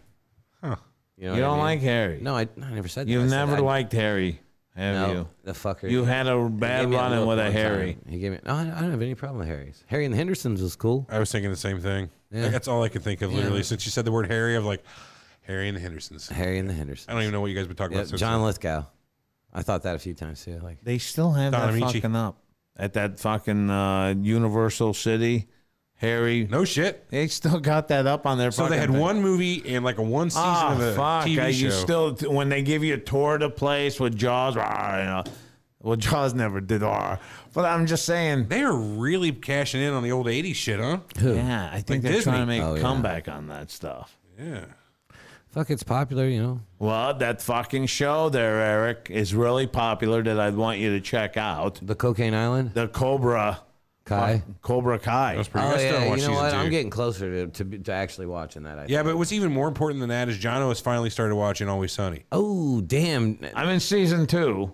D: You, know
C: You
D: what I
C: don't
D: mean?
C: like Harry.
D: No, I, I never said that.
C: you've
D: I said
C: never
D: I-
C: liked Harry, have
D: no,
C: you?
D: the fucker.
C: You had a
D: he gave
C: bad
D: me a
C: run-in
D: look
C: with a
D: one
C: Harry.
D: time. He gave me. No, I I don't have any problem with Harry's. Harry and the Hendersons was cool.
A: I was thinking the same thing. Like, that's all I could think of, literally. Since you said the word Harry, I was like, Harry and the Hendersons.
D: Harry and the
A: I
D: Hendersons.
A: don't even know what you guys have been talking
D: Yeah,
A: about. Since
D: John Lithgow. I thought that a few times too. Like
C: They still have
A: Don
C: that
A: Amici.
C: fucking up at that fucking uh, Universal City. Harry,
A: No shit.
C: they still got that up on their.
A: So they
C: fucking
A: had
C: thing.
A: one movie and like a one season
C: Ah,
A: of a
C: fuck.
A: TV
C: I-
A: show.
C: You still when they give you a tour of the place with Jaws, rah, you know, well, <laughs> Jaws never did R, but I'm just saying.
A: they are really cashing in on the old '80s shit, huh?
D: who?
C: Yeah, I think
A: Like
C: they're
A: Disney.
C: trying to make
D: Oh,
C: a
D: yeah.
C: comeback on that stuff.
A: Yeah.
D: Fuck, it's popular. You know.
C: Well, that fucking show there, Eric, is really popular that I'd want you to check out.
D: The Cocaine Island.
C: The Cobra
D: Kai.
C: Cobra Kai.
A: That's pretty.
D: Oh
A: I still
D: yeah,
A: watch
D: you know
A: season
D: what?
A: two.
D: I'm getting closer to, to be- to actually watching that. I think.
A: yeah, but what's even more important than that is Jono has finally started watching Always Sunny.
D: Oh damn!
C: I'm in season two.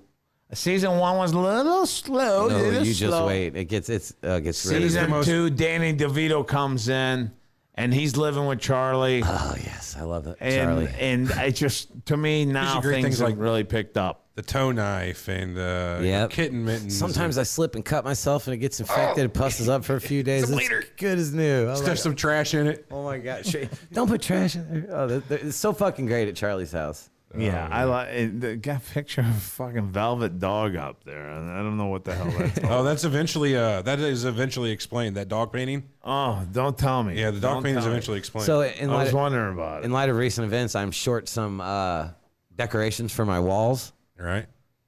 C: Season one was a little slow.
D: No,
C: little
D: you just
C: Oh, slow.
D: wait. It gets it's uh, gets really
A: is the
C: Season
A: most-
C: two, Danny DeVito comes in, and he's living with Charlie.
D: Oh yes, I love that
C: and
D: Charlie.
C: and it just to <laughs> me now
A: great
C: things,
A: things
C: have
A: like-
C: really picked up.
A: The toe knife and uh,
D: Yep.
A: kitten mittens.
D: Sometimes I slip and cut myself, and it gets
A: <laughs>
D: infected. It pusses up for a few days. It's
A: Oh. later.
D: good as new. I was
A: and there's
D: like,
A: some trash in it.
D: oh my god! Sh- Don't put trash in there. Oh, that- that- it's so fucking great at Charlie's house.
C: Oh, yeah, I like it- they got a picture of a fucking velvet dog up there, and I don't know what the hell <laughs> that's. all-
A: Oh, that's eventually uh, that is eventually explained. That dog painting.
D: Um,
C: oh, don't tell me.
A: Yeah, the
C: Don't
A: dog painting is
C: tell me.
A: eventually explained.
D: So in
C: I
D: light,
C: was
D: of,
C: wondering about
D: in
C: it.
D: light of recent events, I'm short some uh, decorations for my walls.
A: right?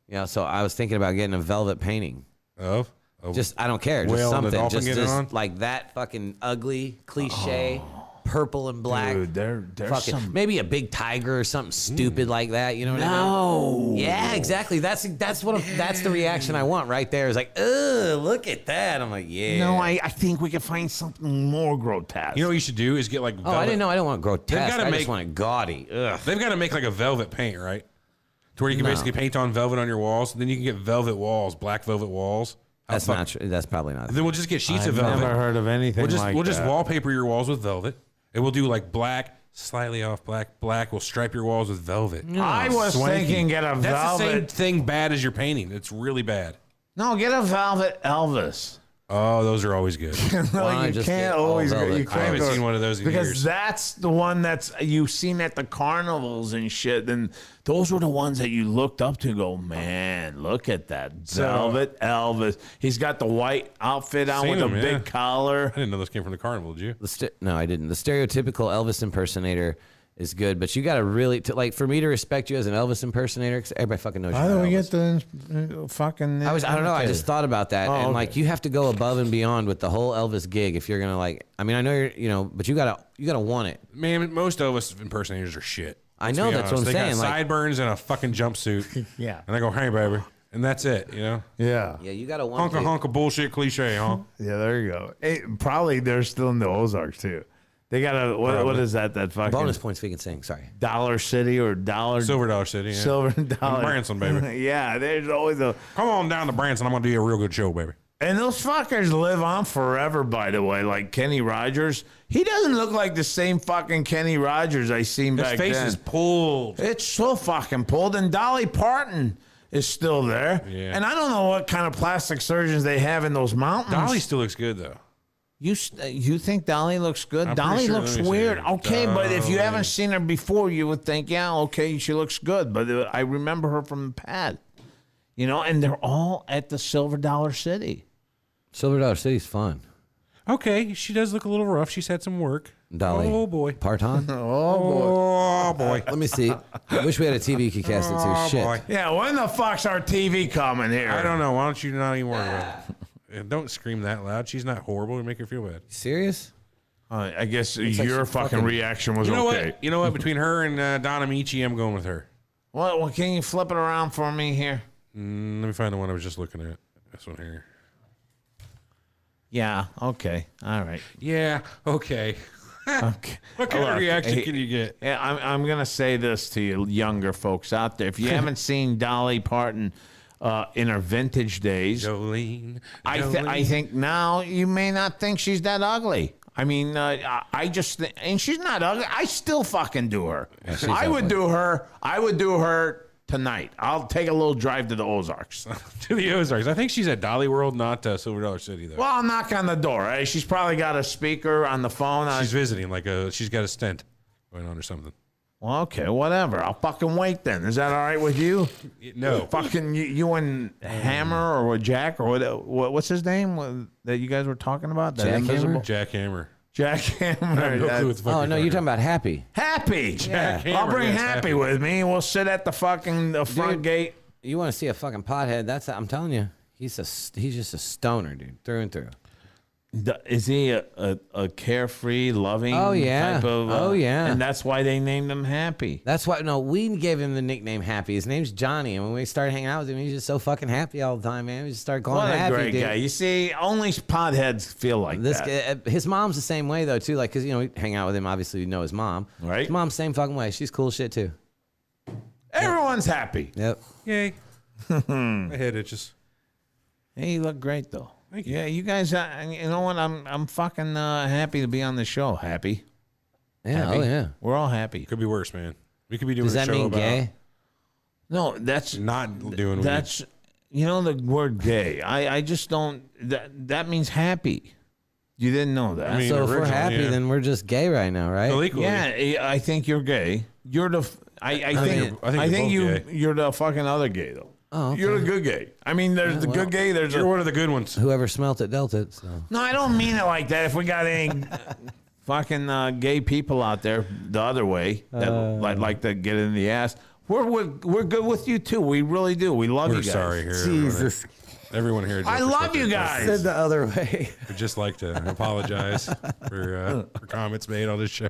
D: You know, so I was thinking about getting a velvet painting.
A: Of of-
D: Just I don't care. Just
A: Whale and the
D: something.
A: dolphin
D: Just,
A: getting
D: just
A: on?
D: like that fucking ugly cliche, purple and black.
C: Dude, there, there's
D: fucking
C: some. Mm.
D: maybe a big tiger or something stupid like that. You know what I
C: No.
D: mean? Yeah, exactly. That's that's what I'm- that's the reaction I want right there. Is like, oh, look at that. I'm like, yeah.
C: No, I, I think we can find something more grotesque.
A: you know what you should do is get like.
D: Oh, I didn't know. I don't want grotesque.
A: gotta
D: I
A: make-
D: just want it gaudy. Ugh.
A: They've got to make like a velvet paint, right? To where you can
D: No.
A: basically paint on velvet on your walls. Then you can get velvet walls, black velvet walls. How
D: That's
A: fuck-
D: not true. That's probably not.
A: Then we'll just get sheets of
C: I've
A: velvet.
C: never
D: <laughs>
C: heard of anything
A: We'll just
C: like
A: we'll just
C: that.
A: wallpaper your walls with velvet, and we'll do like black, slightly off black, black. We'll stripe your walls with velvet.
C: I was
A: Swanky.
C: thinking get a
A: That's the same
C: velvet.
A: thing bad as your painting. It's really bad.
C: No, get a velvet Elvis.
A: Oh, <laughs> those are always good.
C: Well,
D: Why not
C: you
D: just get
C: can't
D: all
C: always. Go,
D: velvet?
C: you
D: I
C: can't
A: haven't
C: go-
A: seen one of those in
C: because
A: years.
C: that's the one that's you've seen at the carnivals and shit. And those were the ones that you looked up to. and Go, man, look at that velvet Elvis. He's got the white outfit on
A: Seen
C: with a
A: him, yeah.
C: big collar.
A: I didn't know those came from the carnival. Did you?
D: the st- no, I didn't. The stereotypical Elvis impersonator is good, but you got to really to, like for me to respect you as an Elvis impersonator. Cause everybody fucking knows. You're not Elvis.
C: the uh, fucking?
D: I was I don't know. I just thought about that,
C: Oh,
D: and like you have to go above and beyond with the whole Elvis gig if you're gonna like. I mean, I know you're you know, but you gotta you gotta want it.
A: Man, most Elvis impersonators are shit.
D: I
A: Let's
D: know,
A: be
D: that's what
A: honest.
D: I'm
A: they
D: saying,
A: Got
D: like-
A: sideburns and a fucking
D: <laughs>
A: jumpsuit.
C: Yeah.
A: And I go, hey, baby, and that's it. You know,
C: yeah,
D: Yeah, you gotta want
A: honka
D: it.
A: honka bullshit cliche,
D: <laughs>
A: huh?
C: yeah. There you go. It- probably they're still in the Ozarks too. They got a what, what is that? That fucking
D: Bonus points if you can sing. Sorry.
C: Dollar City or Dollar
A: Silver Dollar City. Yeah.
C: Silver Dollar
A: Branson,
C: <laughs>
A: baby.
C: yeah, there's always a
A: Come on down to Branson. I'm gonna do you a real good show, baby.
C: And those fuckers live on forever, by the way. Like Kenny Rogers, he doesn't look like the same fucking Kenny Rogers I seen
A: His
C: back
A: face
C: then.
A: is pulled.
C: It's so fucking pulled. And Dolly Parton is still there.
A: Yeah.
C: And I don't know what kind of plastic surgeons they have in those mountains.
A: Dolly still looks good though.
C: you s- uh, you think Dolly looks good?
A: I'm pretty
C: Dolly
A: sure-
C: looks
A: let me see.
C: weird. Okay, but if you
A: Dolly.
C: haven't seen her before, you would think, yeah, okay, she looks good. But uh, I remember her from the pad. You know, and they're all at the Silver Dollar City.
D: Silver Dollar City's fun.
A: Okay, she does look a little rough. She's had some work.
D: Dolly.
A: Oh
C: <laughs>
A: boy.
D: Parton.
A: Oh boy.
D: Let me see. I wish we had a TV you could cast it to.
A: Oh
D: Shit.
A: boy.
C: Yeah, when the fuck's our TV coming here?
A: I don't know. Why don't you not even worry about <sighs> it? Uh, Don't scream that loud. She's not horrible. You make her feel bad.
D: Serious?
C: Uh, I guess
D: like
C: your
D: some
C: fucking,
D: fucking-
C: reaction was
A: You know
C: okay.
A: what? You know what? Between her and uh, Donna Michi, I'm going with her.
C: What? Well, can you flip it around for me here?
A: Mm, let me find the one I was just looking at. This one here.
C: Yeah. Okay. All right.
A: Yeah. Okay. <laughs>
C: Okay.
A: What kind of
C: Look,
A: reaction
C: hey,
A: can you get?
C: Yeah, I'm, I'm gonna say this to you, younger folks out there. If <laughs> you haven't seen Dolly Parton uh, in her vintage days,
A: Jolene.
C: I, th- I
A: Jolene.
C: think now you may not think she's that ugly. I mean, uh, I- I just th- and she's not ugly. I still fucking do her.
D: she's
C: I would
D: ugly.
C: do her. I would do her tonight. I'll take a little drive to the Ozarks.
A: <laughs> to the Ozarks. I think she's at Dolly World, not uh, Silver Dollar City though.
C: Well, I'll knock on the door. eh? She's probably got a speaker on the phone. I-
A: She's visiting. Like a she's got a stent going on or something.
C: well, okay, whatever. I'll fucking wait then. Is that all right with you?
A: No.
C: Fucking you, you and Hammer or Jack or what, what? What's his name uh, that you guys were talking about? That
D: Jack
C: invisible-
A: Jack Hammer.
C: Jack Hammer.
A: I have no
C: that-
A: clue what the fuck
D: Oh no, you're talking about Happy.
C: Happy.
A: Jack
C: I'll
A: Hammer,
C: bring
A: yes,
C: Happy,
A: Happy.
C: with me. We'll sit at the fucking the front
D: Dude.
C: gate.
D: You want to see a fucking pothead? That's I'm telling you. He's a st- he's just a stoner, dude, through and through.
C: D- Is he a, a, a carefree, loving
D: Oh, yeah.
C: type of? uh,
D: Oh, yeah.
C: And that's why they named him Happy.
D: That's why no, we gave him the nickname Happy. His name's Johnny, and when we started hanging out with him, he was just so fucking happy all the time, man. We just started calling
C: What
D: him
C: a
D: Happy,
C: great
D: dude.
C: guy. You see, only potheads feel like
D: This
C: that.
D: guy, uh, his mom's the same way though too, like because you know we hang out with him. Obviously, you know his mom.
C: Right.
D: His mom's same fucking way. She's cool as shit too.
C: Everyone's happy.
D: Yep.
A: Yay. My head itches.
C: Hey, you look great though. Thank you. Yeah, you guys. Uh, you know what? I'm I'm fucking uh, happy to be on the show. Happy.
D: Yeah.
C: happy.
D: Oh yeah.
C: We're all happy.
A: Could be worse, man. We could be doing
D: Does
A: a
D: that
A: show
D: mean
A: about
D: gay?
C: No, that's
A: not doing weed.
C: that's you know the word gay. I I just don't. That that means happy. You didn't know that.
A: I mean,
D: So if we're
A: originally,
D: happy,
A: yeah.
D: then we're just gay right now, right?
A: Well, equally.
C: yeah, I- I think you're gay. You're the. f- I, I, think,
D: think
A: you're- I think
C: I
A: you're
C: think
A: both
C: you
A: gay.
C: you're the fucking other gay though.
D: Oh, okay.
C: You're the good gay. I mean, there's the
D: well.
C: good gay. There's
A: You're
C: a,
A: one of the good ones.
D: Whoever smelt it dealt it. So.
C: no. I don't mean it like that. If we got any
D: <laughs>
C: fucking uh, gay people out there the other way that
D: Uh.
C: like, like to get in the ass, we're, we're we're good with you too. We really do. We love
A: We're
C: you guys.
A: sorry here.
D: Jesus.
A: Everyone, everyone here.
C: I
A: Jeffers,
C: love you guys.
D: the other way.
A: We'd just like to apologize for,
C: <laughs>
A: uh, for comments made on this show,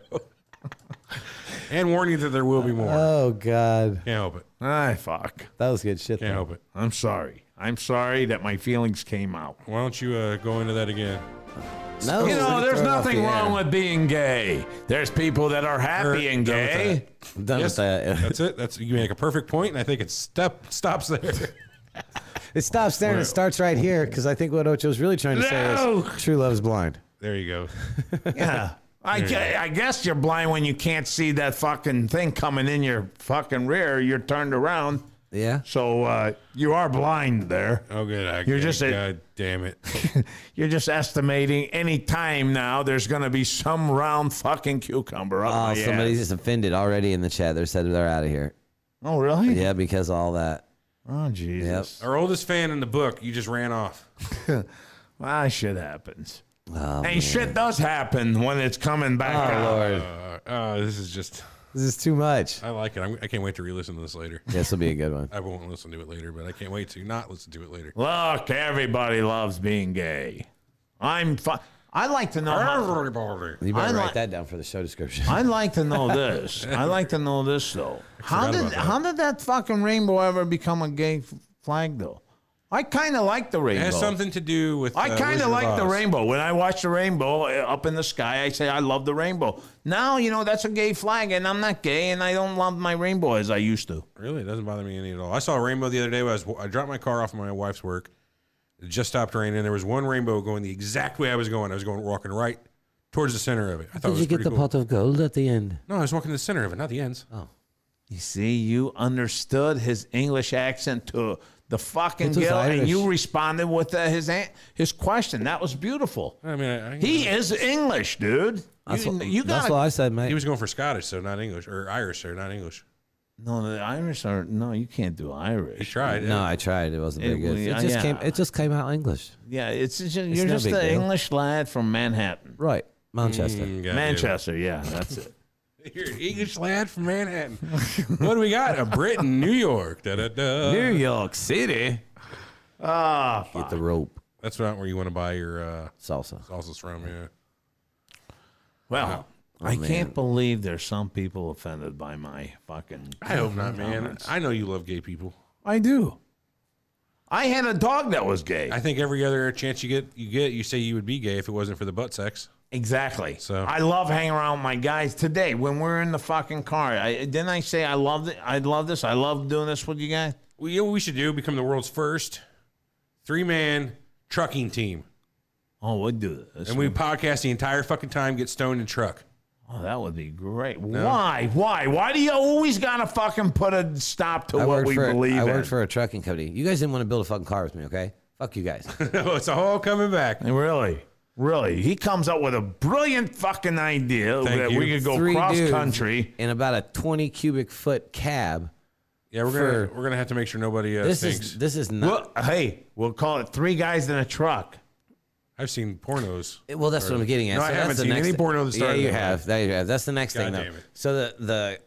A: <laughs> and warn you that there will be more.
D: <laughs>
C: Uh,
D: Oh God,
A: Can't help it.
C: Ah, fuck.
D: that was good shit.
A: Can't
D: though.
A: help it.
C: I'm sorry. I'm sorry that my feelings came out.
A: Why don't you uh, go into that again?
D: No,
C: You know, there's
D: throw Oh, it off
C: nothing
D: the
C: wrong
D: air.
C: with being gay. There's people that are happy
A: Or-
C: and
A: done with
C: gay.
D: I'm done
A: Yes,
D: with
C: Uh,
D: that.
A: that's it. That's you make a perfect point, and I think it step stops there. <laughs>
D: It stops there and it starts right here because I think what Ocho's really trying to
C: No!
D: say is true love's blind.
A: there you go.
C: <laughs> Yeah. I, gue- I guess you're blind when you can't see that fucking thing coming in your fucking rear. You're turned around.
D: Yeah.
C: So uh, you are blind there.
A: Oh, good. I,
C: You're just a-
A: God damn it.
C: You're just estimating any time now there's going to be some round fucking cucumber up
D: Oh,
C: my
D: somebody's
C: ass.
D: just offended already in the chat. They said they're out of here.
C: Oh, really?
D: Yeah, because of all that.
C: Oh, Jesus.
A: Our oldest fan in the book. You just ran off.
C: Ah, shit happens.
D: Oh,
C: and shit does happen when it's coming back
D: Oh
C: out.
D: Lord,
A: Uh, uh, this is just.
D: this is too much.
A: I like it. I'm, I can't wait to re-listen to this later.
D: This will be a good one.
A: I won't listen to it later, but I can't wait to not listen to it later.
C: Look, everybody loves being gay. I'm fu- I like to know. How,
A: Everybody.
D: You
C: I
D: better
C: like-
D: write that down for the show description.
C: I like to know
A: <laughs>
C: this. I like to know this though. How
A: forgot
C: did
A: about that.
C: how did that fucking rainbow ever become a gay f- flag though? I kind of like the
A: It
C: rainbow.
A: has something to do with.
C: I
A: uh,
C: kind
A: Wizard
C: of like the
A: Oz.
C: rainbow. When I watch the rainbow uh, up in the sky, I say I love the rainbow. Now you know that's a gay flag, and I'm not gay, and I don't love my rainbow as I used to.
A: Really, it doesn't bother me any at all. I saw a rainbow the other day. When I was I dropped my car off at my wife's work, It just stopped raining. There was one rainbow going the exact way I was going. I was going walking right towards the center of it. I thought it
D: Did
A: was
D: you get
A: pretty
D: the Oh.
A: cool.
D: pot of gold at the end?
A: No, I was walking to the center of it, not the ends.
C: You see, you understood his English accent to the fucking
D: It was
C: gill, and
D: Irish.
C: you responded with uh, his an- his question. That was beautiful.
A: I mean, I, I,
C: He is English, dude.
D: That's,
C: you,
D: what,
C: you
D: that's
C: gotta-
D: what I said, mate.
A: he was going for Scottish, so not English or Irish, so not English.
C: no, the Irish are no. You can't do Irish.
A: He tried.
D: no, I tried. It wasn't very
C: It-
D: good. It
C: yeah,
D: just
C: yeah.
D: came. It just came out English.
C: Yeah, it's just, you're
D: no
C: just
D: big
C: an
D: deal.
C: English lad from Manhattan,
D: Right, Manchester.
A: Mm, God
C: Manchester. Yeah, that's
A: <laughs>
C: it.
A: damn it. <laughs> You're an English lad from Manhattan. what do we got? A Brit in New York. Da, da, da.
D: York City.
C: Ah, fuck.
D: Get the rope
A: That's not where you want to buy your uh,
D: salsa.
A: salsas from. Yeah.
C: well. I
D: Oh, man.
C: can't believe there's some people offended by my fucking.
A: I hope not, man. I know you love gay people.
C: I do. I had a dog that was gay.
A: I think every other chance you get, you get, you say you would be gay if it wasn't for the butt sex.
C: Exactly.
A: So-
C: I love hanging around with my guys today when we're in the fucking car. I, didn't I say I love it? I love this. I love doing this with you guys.
A: Well, you know what we should do? Become the world's first three man trucking team.
C: Oh, we'd do this.
A: And we podcast the entire fucking time, get stoned and truck. <laughs>
C: oh, that would be great. Why? Why? Why do you always gotta fucking put a stop to
D: I
C: what
D: worked
C: we
D: for.
C: believe
D: I
C: in?
D: worked for a trucking company. You guys didn't want to build a fucking car with me, okay? Fuck you guys.
A: oh, it's all coming back.
C: really, really. He comes up with a brilliant fucking idea
A: Thank
C: that
A: you.
C: we could go
D: Three
C: cross
D: dudes
C: country.
D: in about a twenty cubic foot cab.
A: Yeah, we're gonna
D: For-
A: we're gonna have to make sure nobody uh,
D: This
A: thinks.
D: is this is not.
C: Well, hey, we'll call it three guys in a truck.
A: I've seen
D: <laughs>
A: pornos. <laughs>
D: Well, that's what I'm getting at.
A: No, I
D: that's
A: haven't
D: the
A: seen
D: next
A: any
D: thi-
A: porno that started
D: Yeah, you
A: with that.
D: have. There you have. That's the next thing,
A: God
D: though.
A: damn it.
D: So the the.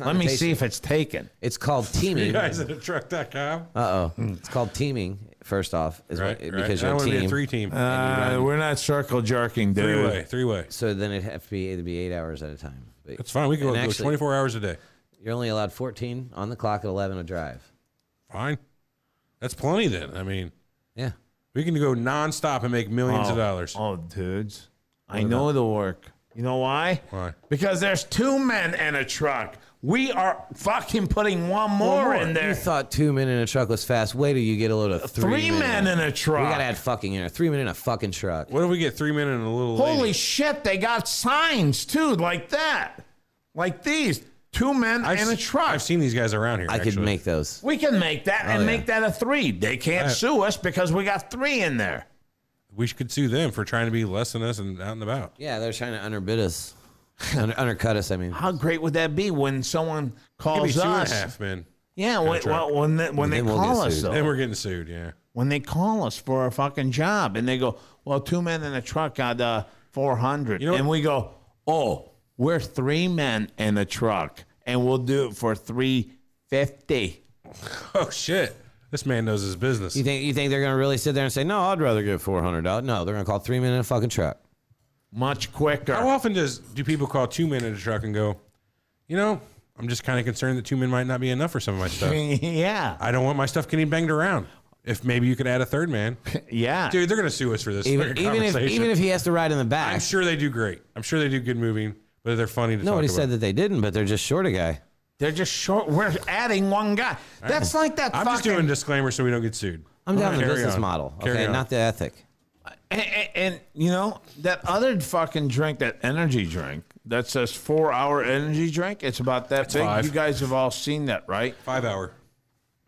C: Let me see
D: connotation-
C: if it's taken.
D: It's
A: <laughs>
D: called teaming. Uh
A: Guys at a truck.com.
D: oh. It's called teaming. First off, is
A: Right,
D: what,
A: right.
D: because
A: And I
D: you're a
A: want to
D: team.
A: be a three team.
C: Uh, we're not circle jerking, dude.
A: three way, three way.
D: So then it'd have to be it'd be eight hours at a time. But
A: That's fine. We can
D: and
A: go
D: actually-
A: 24 hours a day.
D: You're only allowed 14 on the clock at 11 to drive.
A: Fine. That's plenty then. I mean,
D: Yeah.
A: we can go nonstop and make millions of dollars.
C: Oh, dudes. I know the work. You know why?
A: Why?
C: Because there's two men and a truck. We are fucking putting one more, in
D: You
C: there.
D: thought two men in a truck was fast. Wait till you get a load of three,
C: Three men in a
D: We
C: truck.
D: gotta add fucking in a three men in a fucking truck.
A: What if we get three men and a little
C: Holy
A: lady?
C: shit, they got signs too, like that. Like these. Two men
A: I've
C: and a
A: se-
C: truck.
A: I've seen Oh, these guys around here.
D: I could
A: actually.
D: make those.
C: we can make that and
D: yeah.
C: make that a three. They can't sue us because we got three in there.
A: We could sue them for trying to be less than us and out and about.
D: Yeah, they're trying to underbid us, <laughs> Under, undercut us. I mean,
C: How great would that be when someone
A: Maybe
C: calls
A: two and
C: us?
A: a half men.
C: Yeah, when,
A: truck.
C: well, when they, Oh, when they
D: Then we'll
C: call
D: get
C: us
D: sued.
C: though.
A: Then we're getting sued. Yeah.
C: when they call us for a fucking job and they go, well, two men in a truck got uh, 400.
A: know
C: and we go, oh, we're three men in a truck and we'll do it for 350.
A: Oh shit! This man knows his business.
D: you think you think they're gonna really sit there and say, "No, I'd rather get 400 out." No, they're gonna call three men in a fucking truck.
C: Much quicker. <laughs>
A: How often does do people call two men in a truck and go, you know, I'm just kind of concerned that two men might not be enough for some of my stuff.
C: yeah.
A: I don't want my stuff getting banged around. If maybe you could add a third man,
C: Yeah.
A: dude, they're gonna sue us for this
D: Even,
A: fucking
D: even if
A: conversation.
D: even if he has to ride in the back.
A: I'm sure they do great. I'm sure they do good moving, but they're funny to
D: Nobody
A: talk
D: said
A: about.
D: that they didn't, but they're just short a guy.
C: They're just short. We're adding one guy. That's like that
A: I'm
C: fucking.
A: just doing a disclaimer so we don't get sued.
D: I'm down with the
A: Carry
D: business
A: on.
D: model,
A: Carry
D: okay,
A: on.
D: not the ethic.
C: And, and, and, you know that other fucking drink, that energy drink, that says four-hour energy drink. It's about that big.
A: five.
C: You guys have all seen that, right?
A: Five hour.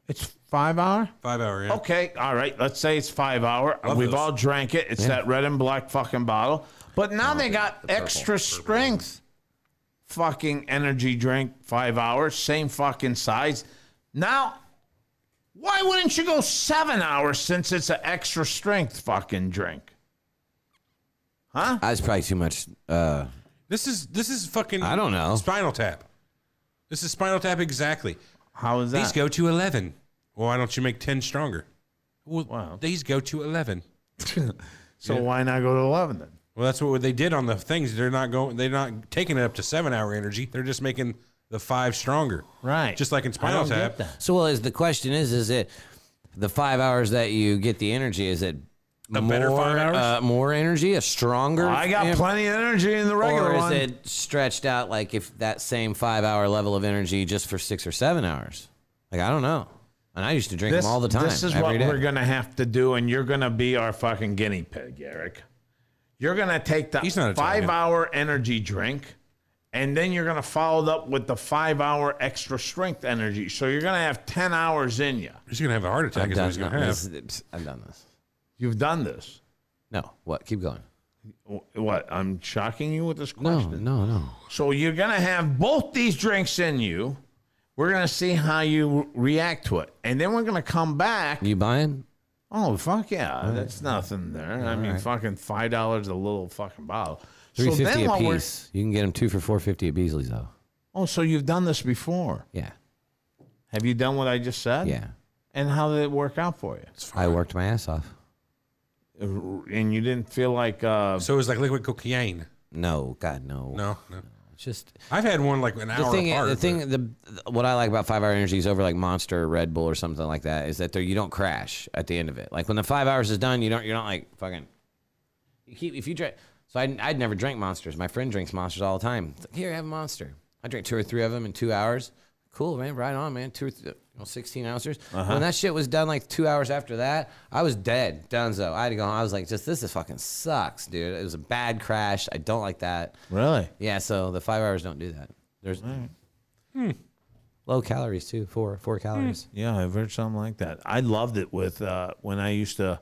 C: It's five hour.
A: Five hour. Yeah.
C: Okay, all right. Let's say it's five hour. We've
A: those.
C: all drank it. It's that red and black fucking bottle. But now they got extra strength fucking energy drink, five hours, same fucking size. Now, why wouldn't you go seven hours since it's an extra strength fucking drink? Huh?
D: I was probably too much. Uh,
A: This is this is fucking.
D: I don't know.
A: Spinal Tap. This is Spinal Tap exactly.
C: How is
A: These
C: that?
A: go to eleven. Well, why don't you make ten stronger? Well,
C: Wow.
A: these go to eleven.
C: so why not go to 11 then?
A: Well, that's what they did on the things. They're not going. They're not taking it up to seven hour energy. They're just making the five stronger.
C: Right.
A: Just like in Spinal Tap.
D: so, well, is the question is, is it the five hours that you get the energy? Is it
A: A
D: more,
A: better five hours?
D: Uh, more energy, a stronger?
C: I got
D: em-
C: plenty of energy in the regular
D: Or is
C: one.
D: it stretched out like if that same five hour level of energy just for six or seven hours? Like I don't know. And I used to drink
C: This,
D: them all the time.
C: this is
D: every
C: what
D: day.
C: we're gonna have to do, and you're gonna be our fucking guinea pig, Eric. You're gonna take the
A: He's not Italian.
C: five-hour energy drink, and then you're gonna follow it up with the five-hour extra strength energy. So you're gonna have ten hours in you.
A: He's gonna have a heart attack.
D: I've
A: Is what
D: done,
A: he's gonna
D: no,
A: have.
D: this is- I've done this.
C: You've done this.
D: No, what? Keep going.
C: Wh- What? I'm shocking you with this
D: No,
C: question.
D: no, no.
C: So you're gonna have both these drinks in you. We're gonna see how you react to it, and then we're gonna come back.
D: You buying?
C: Oh fuck yeah, that's nothing there. I mean, fucking five dollars a little fucking bottle.
D: Three fifty
C: what
D: a
C: we're-
D: piece. You can get them two for four fifty at Beasley's though.
C: Oh, so you've done this before?
D: Yeah,
C: Have you done what I just said?
D: yeah.
C: And how did it work out for you?
D: I worked my ass off.
C: And you didn't feel like uh,
A: So it's like liquid cocaine.
D: No, God, no.
A: No, no.
D: It's Just
A: I've had one like an
D: the
A: hour
D: thing.
A: apart.
D: the
A: but-
D: thing. The what I like about five hour energies over like Monster or Red Bull or something like that is that there you don't crash at the end of it. Like when the five hours is done, you don't. You're not like fucking. You keep if you drink. So I I'd never drink monsters. My friend drinks monsters all the time. It's like, Here, have a monster. I drink two or three of them in two hours. Cool, man. Right on, man. Two or th- you know, sixteen ounces. When that shit was done, like two hours after that, I was dead, donezo. I had to go. Home. I was like, just this is fucking sucks, dude. It was a bad crash. I don't like that.
C: really.
D: Yeah, so the five hours don't do that. There's low calories too. Four four calories.
C: Yeah, I've heard something like that. I loved it with uh, when I used to.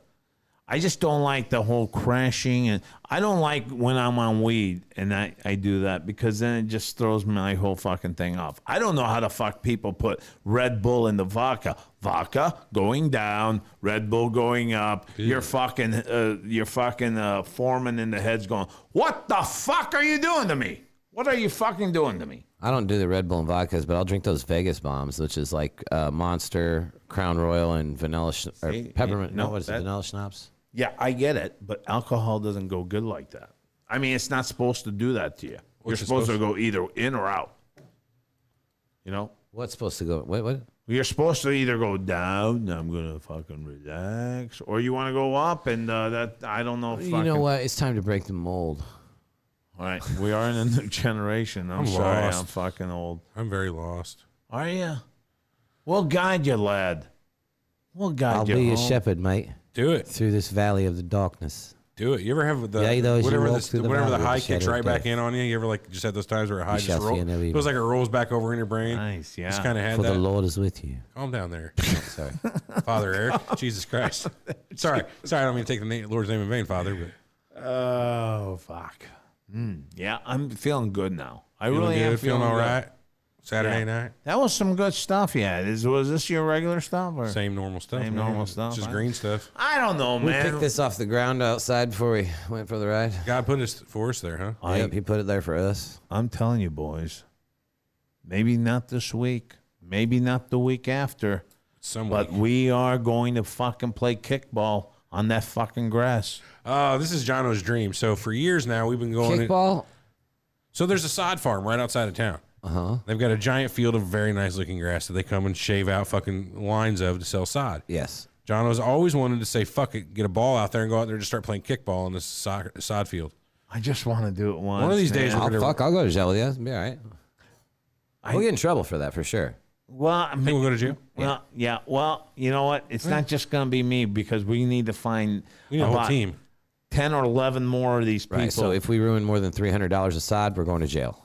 C: I just don't like the whole crashing, and I don't like when I'm on weed and I, I do that because then it just throws my whole fucking thing off. I don't know how the fuck people put Red Bull in the vodka. Vodka going down, Red Bull going up. You're fucking, uh, you're fucking uh, foreman in the head's going, "What the fuck are you doing to me? What are you fucking doing to me?"
D: I don't do the Red Bull and vodkas, but I'll drink those Vegas bombs, which is like uh, Monster, Crown Royal, and vanilla sh- or
C: See,
D: peppermint.
C: you-
D: No,
C: no,
D: what is
C: that-
D: it? Vanilla schnapps.
C: Yeah, I get it, but alcohol doesn't go good like that. I mean, it's not supposed to do that to you. You're
A: it's
C: supposed, to
A: supposed
C: go either in or out. You know,
D: What's supposed to go? What? What?
C: you're supposed to either go down. I'm gonna fucking relax, or you want to go up, and uh, that I don't know.
D: You know what? It's time to break the mold.
C: All right, we are in a new <laughs> generation. I'm,
A: I'm
C: sorry,
A: lost.
C: I'm fucking old.
A: I'm very lost.
C: Are you? We'll guide you, lad. We'll guide
D: I'll
C: you.
D: be your
C: home.
D: shepherd, mate,
A: Do it.
D: through this valley of the darkness.
A: Do it. You ever have the
D: Yeah, though, as you
A: whatever
D: walk
A: the,
D: through the
A: whatever the
D: valley,
A: high
D: the
A: kicks
D: shadow
A: right
D: of
A: back
D: death.
A: in on you? You ever like just had those times where a high
D: shall
A: just
D: see
A: rolls?
D: another
A: It
D: evil.
A: was like it rolls back over in your brain.
C: Nice, yeah.
A: Just kind of had
D: For
A: that.
D: the Lord is with you.
A: Calm down
D: <laughs>
A: there,
D: Sorry.
A: <laughs> Father Eric.
D: <laughs>
A: Jesus Christ. Sorry, sorry. I don't mean to take the name, Lord's name in vain, Father. But
C: Oh fuck. Mm, yeah, I'm feeling good now. I really
A: feeling
C: am
A: good, feeling all
C: good.
A: right. Saturday
C: Yeah.
A: night,
C: That was some good stuff. Yeah, is, was this your regular stuff or?
A: same normal stuff.
C: Same
A: man.
C: normal
A: It's
C: stuff,
A: Just
C: huh?
A: green stuff.
C: I don't know,
D: we
C: man.
D: picked this off the ground outside before we went for the ride.
A: God put us for us there, huh?
C: I,
D: yep, he put it there for us.
C: I'm telling you, boys. Maybe not this week. Maybe not the week after.
A: Some
C: But
A: week.
C: we are going to fucking play kickball on that fucking grass.
A: Uh, this is Jono's dream. So for years now, we've been going.
D: Kickball.
A: So there's a sod farm right outside of town.
D: Uh huh.
A: They've got a giant field of very nice looking grass that they come and shave out fucking lines of to sell sod.
D: Yes.
A: John has always wanted to say, fuck it, get a ball out there and go out there and just start playing kickball in this soccer, sod field.
C: I just want to do it once.
A: One of these days,
C: man.
A: we're
D: I'll,
A: going
D: fuck,
A: to.
D: I'll go to jail with you. It'll be all right.
C: I-
D: we'll get in trouble for that for sure.
C: Well, I mean,
A: Think we'll go to jail?
C: Well, yeah. Well, you know what? It's not just going to be me because we need to find
A: We need a whole
C: about
A: team.
C: ten or eleven more of these people.
D: Right. So if we ruin more than three hundred dollars aside, we're going to jail.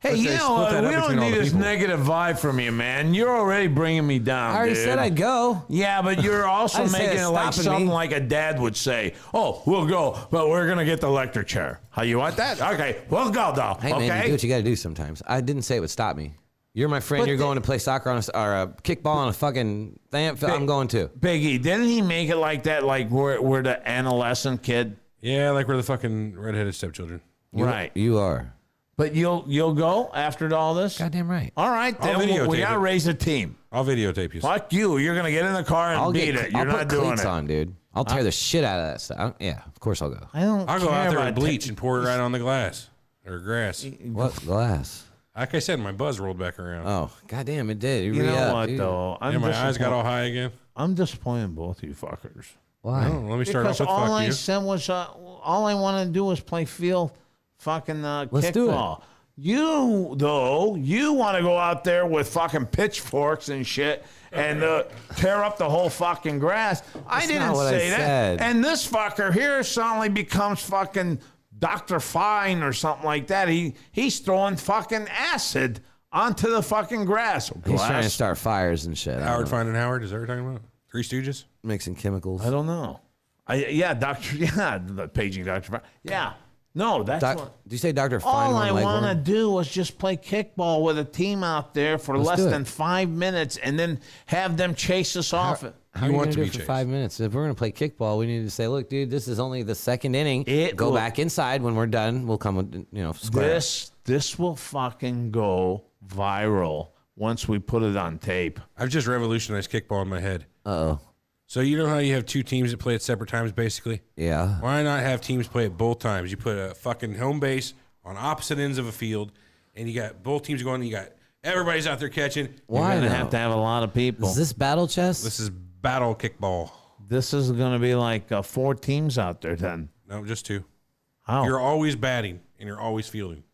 C: hey, you
A: they
C: know,
A: split
C: what?
A: that up
C: we don't
A: between all
C: need
A: the
C: this
A: people.
C: negative vibe from you, man. You're already bringing me down.
D: I already
C: dude.
D: said I'd go.
C: Yeah, but
D: <laughs>
C: you're also
D: I said
C: making it like
D: stopping
C: something
D: me.
C: like a dad would say. Oh, we'll go, but we're gonna get the electric chair. How you want that? Okay, we'll go though.
D: Hey
C: okay.
D: man, you do what you got to do sometimes. I didn't say it would stop me. You're my friend.
C: But
D: You're
C: the-
D: going to play soccer on a, s- or uh, kickball on a fucking thing. I'm going to.
C: Biggie, didn't he make it like that? Like we're, we're the adolescent kid,
A: Yeah, like we're the fucking redheaded stepchildren.
D: You-
C: right?
D: You are.
C: But you'll you'll go after all this.
D: Goddamn right.
C: All right,
A: I'll
C: then we, we
A: videotape
C: gotta
A: it.
C: raise a team.
A: I'll videotape you.
C: Fuck you. You're gonna get in the car and
D: I'll
C: beat
D: get.
C: it. You're
D: I'll
C: not
D: put
C: doing
D: cleats
C: it.
D: on, dude. I'll tear the shit out of that stuff. I- yeah, of course I'll go.
C: I don't.
A: I'll go
C: care
A: out there
C: about
A: and
C: ta-
A: bleach and pour it right on the glass or grass.
D: What glass?
A: Like I said, my buzz rolled back around.
D: Oh, goddamn! It did. It
C: you know
D: re-upped,
C: what
D: dude.
C: though? I'm
A: yeah, my eyes got
C: disappoint-
A: all high again.
C: I'm disappointed both of you fuckers.
D: Why?
A: Oh, let me start
C: Because
A: off with
C: all
A: fuck
C: I
A: you.
C: said was uh, all I want to do is play field fucking uh,
D: Let's do it.
C: kickball. You though, you want to go out there with fucking pitchforks and shit and uh, tear up the whole fucking grass. I
D: That's
C: didn't
D: not what I
C: say that.
D: said.
C: And this fucker here suddenly becomes fucking Dr. Fine or something like that. He he's throwing fucking acid onto the fucking grass.
D: He's trying to
C: Glass?
D: start fires and shit. I don't
A: Howard
D: know.
A: finding Howard. Is that what you're talking about? Uh, Three Stooges.
D: mixing chemicals.
C: I don't know. I yeah, Doctor <laughs> yeah, the paging Doctor Fine. Yeah. No, that's
D: Doc,
C: what-
D: do you say Doctor
C: All
D: Fine
C: I
D: One
C: want to
D: Leghorn?
C: do is just play kickball with a team out there for
D: Let's do
C: less
D: it.
C: than five minutes, and then have them chase us off. it.
D: How
A: You
D: are you
A: want
D: gonna
A: to
D: do
A: be
D: it for
A: chased.
D: five minutes? If we're gonna play kickball, we need to say, "Look, dude, this is only the second inning.
C: It
D: Go
C: will-
D: back inside when we're done. We'll come, with, you know, square."
C: This this will fucking go viral once we put it on tape.
A: I've just revolutionized kickball in my head.
D: Uh oh.
A: So you know how you have two teams that play at separate times, basically.
D: Yeah.
A: Why not have teams play at both times? You put a fucking home base on opposite ends of a field, and you got both teams going. And you got everybody's out there catching.
D: Why
C: You're gonna
D: not?
C: have to have a lot of people.
D: Is this battle chess?
A: This is battle kickball.
C: this is gonna be like uh, four teams out there then.
A: No, just two.
C: How?
A: You're always batting and you're always fielding.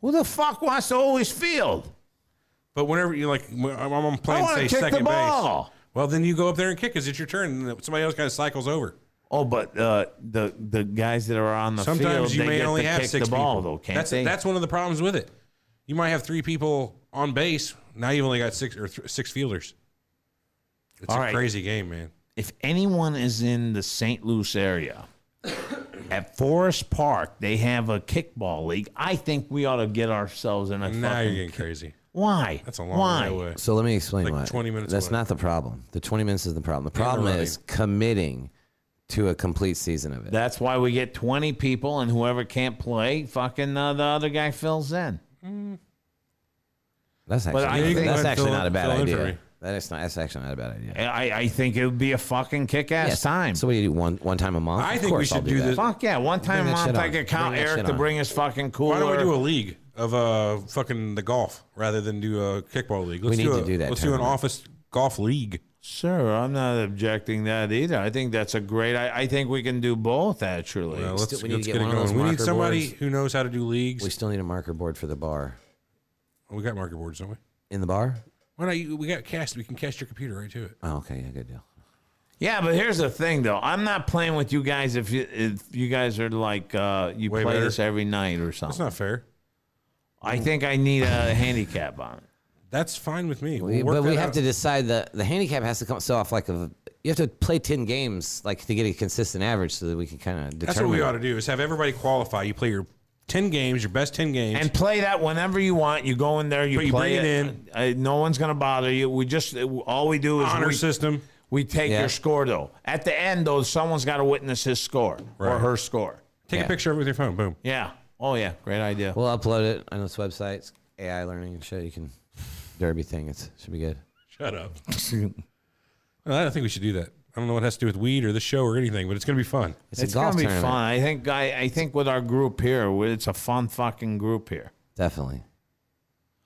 C: Who the fuck wants to always field?
A: But whenever you like, when I'm I'm
C: I
A: playing
C: wanna
A: say
C: kick the
A: second
C: ball.
A: base. Well, then you go up there and kick because it's your turn. And somebody else kind of cycles over.
C: Oh, but uh, the the guys that are on the
A: Sometimes
C: field,
A: you
C: they
A: may
C: get
A: only
C: to
A: have
C: kick
A: six
C: the ball
A: people.
C: though, can't
A: that's
C: they?
A: that's one of the problems with it. You might have three people on base. Now you've only got six or th- six fielders. It's
C: All
A: a
C: right.
A: crazy game, man.
C: if anyone is in the St. Louis area, at Forest Park, they have a kickball league. I think we ought to get ourselves in a
A: Now you're
C: fucking.
A: getting crazy.
C: Why?
A: That's a long
C: Why?
A: way away.
D: So let me explain
A: Like
D: why.
A: 20 minutes
D: That's
A: away.
D: not the problem. The 20 minutes is the problem. The problem is committing to a complete season of it.
C: That's why we get 20 people, and whoever can't play, fucking uh, the other guy fills in.
D: that's actually,
C: I think-
D: that's
A: Fill
D: actually
A: in-
D: not a bad
A: fill in for
D: idea.
A: me.
D: That is not, that's actually not a bad idea.
C: I, I think it would be a fucking kick ass
D: Yes.
C: time.
D: So what do you do one one time a month?
A: I
D: Of
A: think we
D: course I'll
A: should do
D: that.
A: this-
C: Fuck yeah. One time a
D: that
C: month,
D: shit
C: I
D: on.
C: could count
D: Bring that
C: Eric
D: shit
C: to
D: on.
C: bring his fucking cooler.
A: Why don't we do a league of uh fucking the golf rather than do a kickball league? Let's
D: need
A: do
D: to
A: a,
D: do that
A: Let's do an
D: tournament.
A: office golf league.
C: Sure, I'm not objecting that either. I think that's a great. I, I think we can do both actually.
A: Uh, let's
D: still- we need
A: let's
D: to
A: get,
D: get
A: it
D: one of those
A: going. We need
D: marker
A: somebody
D: boards.
A: who knows how to do leagues.
D: We
A: We,
D: still need a marker board for the bar.
A: got marker boards, don't we?
D: In the bar?
A: Why not? You, we got cast. We can cast your computer right to it.
D: Oh, okay, yeah, good deal.
C: Yeah, but here's the thing, though. I'm not playing with you guys if you if you guys are like uh, you
A: Way
C: play
A: better.
C: this every night or something.
A: That's not fair.
C: I think I need
A: <laughs>
C: a handicap on it.
A: That's fine with me.
D: We-
A: We'll work
D: but we
A: that
D: have
A: out.
D: to decide the the handicap has to come so off like a you have to play 10 games like to get a consistent average so that we can kind of determine
A: That's what we ought to do is have everybody qualify. You play your ten games, your best ten games.
C: And play that whenever you want. You go in there, you,
A: But you
C: play
A: bring it in.
C: Uh, no one's gonna bother you. We just all we do is
A: honor
C: we,
A: system.
C: we take
D: Yeah.
C: your score though. At the end though, someone's got to witness his score or
A: Right.
C: her score.
A: Take
D: Yeah.
A: a picture of it with your phone. Boom.
C: Yeah. Oh yeah. Great idea.
D: We'll upload it on this website. It's AI learning and shit. You can derby thing. It should be good.
A: Shut up. <laughs> I don't think we should do that. I don't know what it has to do with weed or this show or anything, but it's going to be fun.
D: It's,
C: It's,
D: a golf
C: gonna be
D: tournament.
C: fun. I think I, I think with our group here, we- it's a fun fucking group here.
D: Definitely.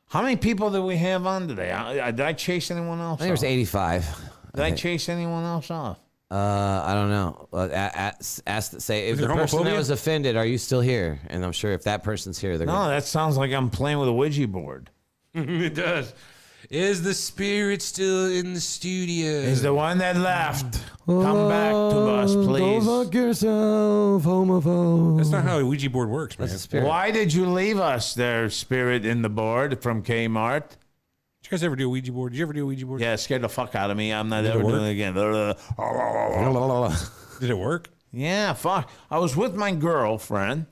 C: How many people did we have on today? I, I, did I chase anyone
D: I
C: else?
D: think it was
C: off?
D: 85.
C: Did I chase anyone else off?
D: Uh, I don't know. Uh, a- a- ask, say, if
A: there
D: the person that
A: homophobia?
D: was offended, are you still here? And I'm sure if that person's here, they're
C: No,
D: gonna,
C: that sounds like I'm playing with a Ouija board.
A: <laughs> it does. Is the spirit still in the studio?
C: Is the one that left. Come back to us, please.
D: yourself, homophobe.
A: That's not how a Ouija board works, man.
D: That's the spirit.
C: Why did you leave us there, spirit in the board from Kmart?
A: Did you guys ever do a Ouija board? Did you ever do a Ouija board?
C: Yeah, it scared the fuck out of me. I'm not ever
A: work?
C: doing it again.
A: Did it work?
C: Yeah, fuck. I was with my girlfriend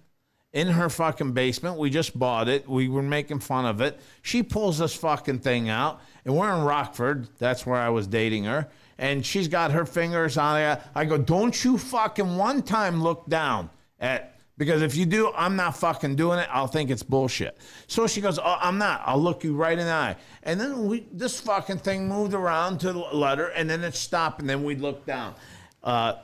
C: in her fucking basement. We just bought it. We were making fun of it. She pulls this fucking thing out, and we're in Rockford. That's where I was dating her. And she's got her fingers on it. I go, don't you fucking one time look down at because if you do, I'm not fucking doing it. I'll think it's bullshit. So she goes, oh, I'm not. I'll look you right in the eye. And then we, this fucking thing moved around to the letter, and then it stopped, and then we looked down. Uh,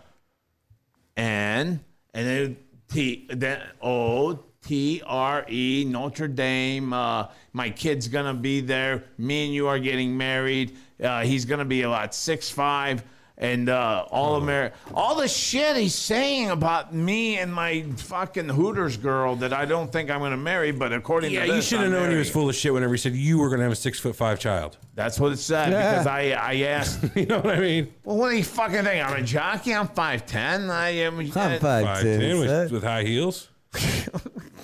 C: N and then T then O T R E Notre Dame. Uh, my kid's gonna be there. Me and you are getting married. Uh, he's gonna be about six five. and uh,
A: Oh.
C: all America, all the shit he's saying about me and my fucking Hooters girl that I don't think I'm going to marry. But according
A: Yeah,
C: to this,
A: you should have
C: I'm
A: known he was
C: marrying.
A: full of shit whenever he said you were going to have a six foot five child. <laughs>
C: That's what it said because I I asked. <laughs>
A: You know what I mean?
C: well, what do you fucking think? I'm a jockey. I'm five ten. I am.
D: I'm
C: uh,
D: five
A: Five ten with,
D: two.
A: with high heels.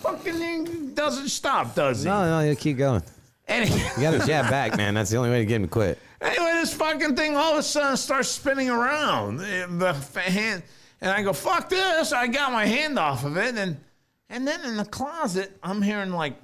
C: Fucking thing doesn't stop, does he?
D: No, Oh, no, you keep going.
C: <laughs> Any-
D: You got to jab back, man. That's the only way to get him to quit.
C: Anyway, this fucking thing all of a sudden starts spinning around. And The fa- hand, and I go, "Fuck this!" I got my hand off of it, and and then in the closet, I'm hearing like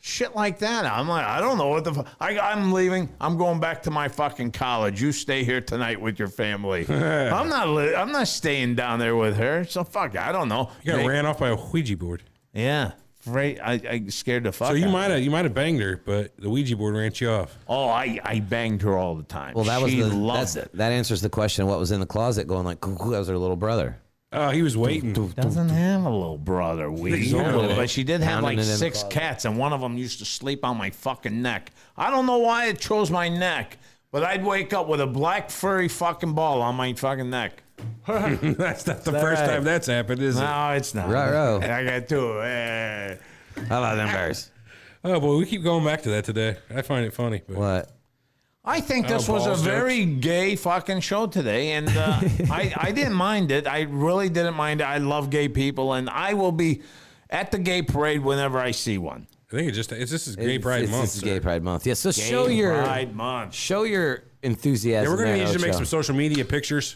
C: shit like that. I'm like, I don't know what the. Fu- I, I'm leaving. I'm going back to my fucking college. You stay here tonight with your
A: <laughs>
C: family. I'm not. Li- I'm not staying down there with her. So fuck. it. I don't know.
A: You got
C: May-
A: ran off by a Ouija board.
C: yeah. Right, I, I scared the fuck.
A: So you
C: out of
A: might
C: her.
A: have you might have banged her, but the Ouija board ran you off.
C: Oh, I, I banged her all the time.
D: Well, that was
C: she
D: the
C: loved
D: that's-
C: it.
D: that answers the question: What was in the closet? Going like, "Cuckoo," that was her little brother.
A: Oh, he was waiting.
C: Doesn't have a little brother, Weezy.
A: Yeah.
C: Little- But she did have like
D: Pounding it in the
C: six
D: closet.
C: cats, and one of them used to sleep on my fucking neck. I don't know why it chose my neck, but I'd wake up with a black furry fucking ball on my fucking neck.
A: <laughs> that's not the first
D: right?
A: time that's happened, is it?
C: No, it's not.
D: Ruh-roh.
C: I got two. Eh.
D: How about them bears?
A: Oh boy, we keep going back to that today. I find it funny. But
D: What?
C: I think
A: Oh,
C: this was a
A: balls
C: very gay fucking show today, and
A: <laughs>
C: uh, I, I didn't mind it. I really didn't mind it. I love gay people, and I will be at the gay parade whenever I see one.
A: I think it just it's this is Gay
D: It's-
A: Pride
D: it's,
A: Month.
D: It's
A: sir.
D: Gay Pride Month. Yeah. So show
C: Gay
D: your
C: Pride Month.
D: show your enthusiasm.
A: Yeah, we're gonna
D: there,
A: need you to make
D: Ocho.
A: some social media pictures.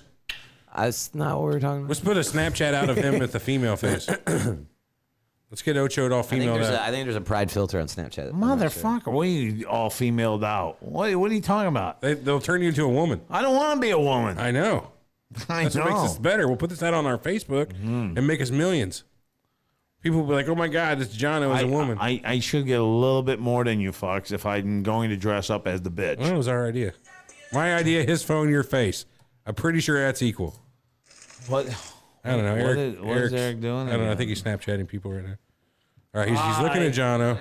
D: That's not what we're talking about.
A: Let's put a Snapchat out of him with the female
D: <laughs>
A: face. Let's get Ocho all
D: I think,
A: female.
D: there's a,
A: out.
D: I think there's a pride filter on Snapchat. I'm not sure.
C: Motherfucker, what are you all femaled out? What, what are you talking about?
A: They, they'll turn you into a woman.
C: I don't want to be a
A: <laughs>
C: woman.
A: I know.
C: I
A: That's what makes
C: know.
A: us better. We'll put this out on our Facebook
D: Mm-hmm.
A: and make us millions. People will be like, "Oh my God, this Jono is
C: I,
A: a woman."
C: I, I should get a little bit more than you fucks if I'm going to dress up as the bitch.
A: Well, that was our idea. My idea, his phone, your face. I'm pretty sure that's equal.
C: What?
A: I don't know.
C: What
A: Eric,
C: is- what is
A: Eric's-
C: Eric doing
A: I don't know. I
C: again?
A: think he's Snapchatting people right now. All right, he's, he's looking at Jono.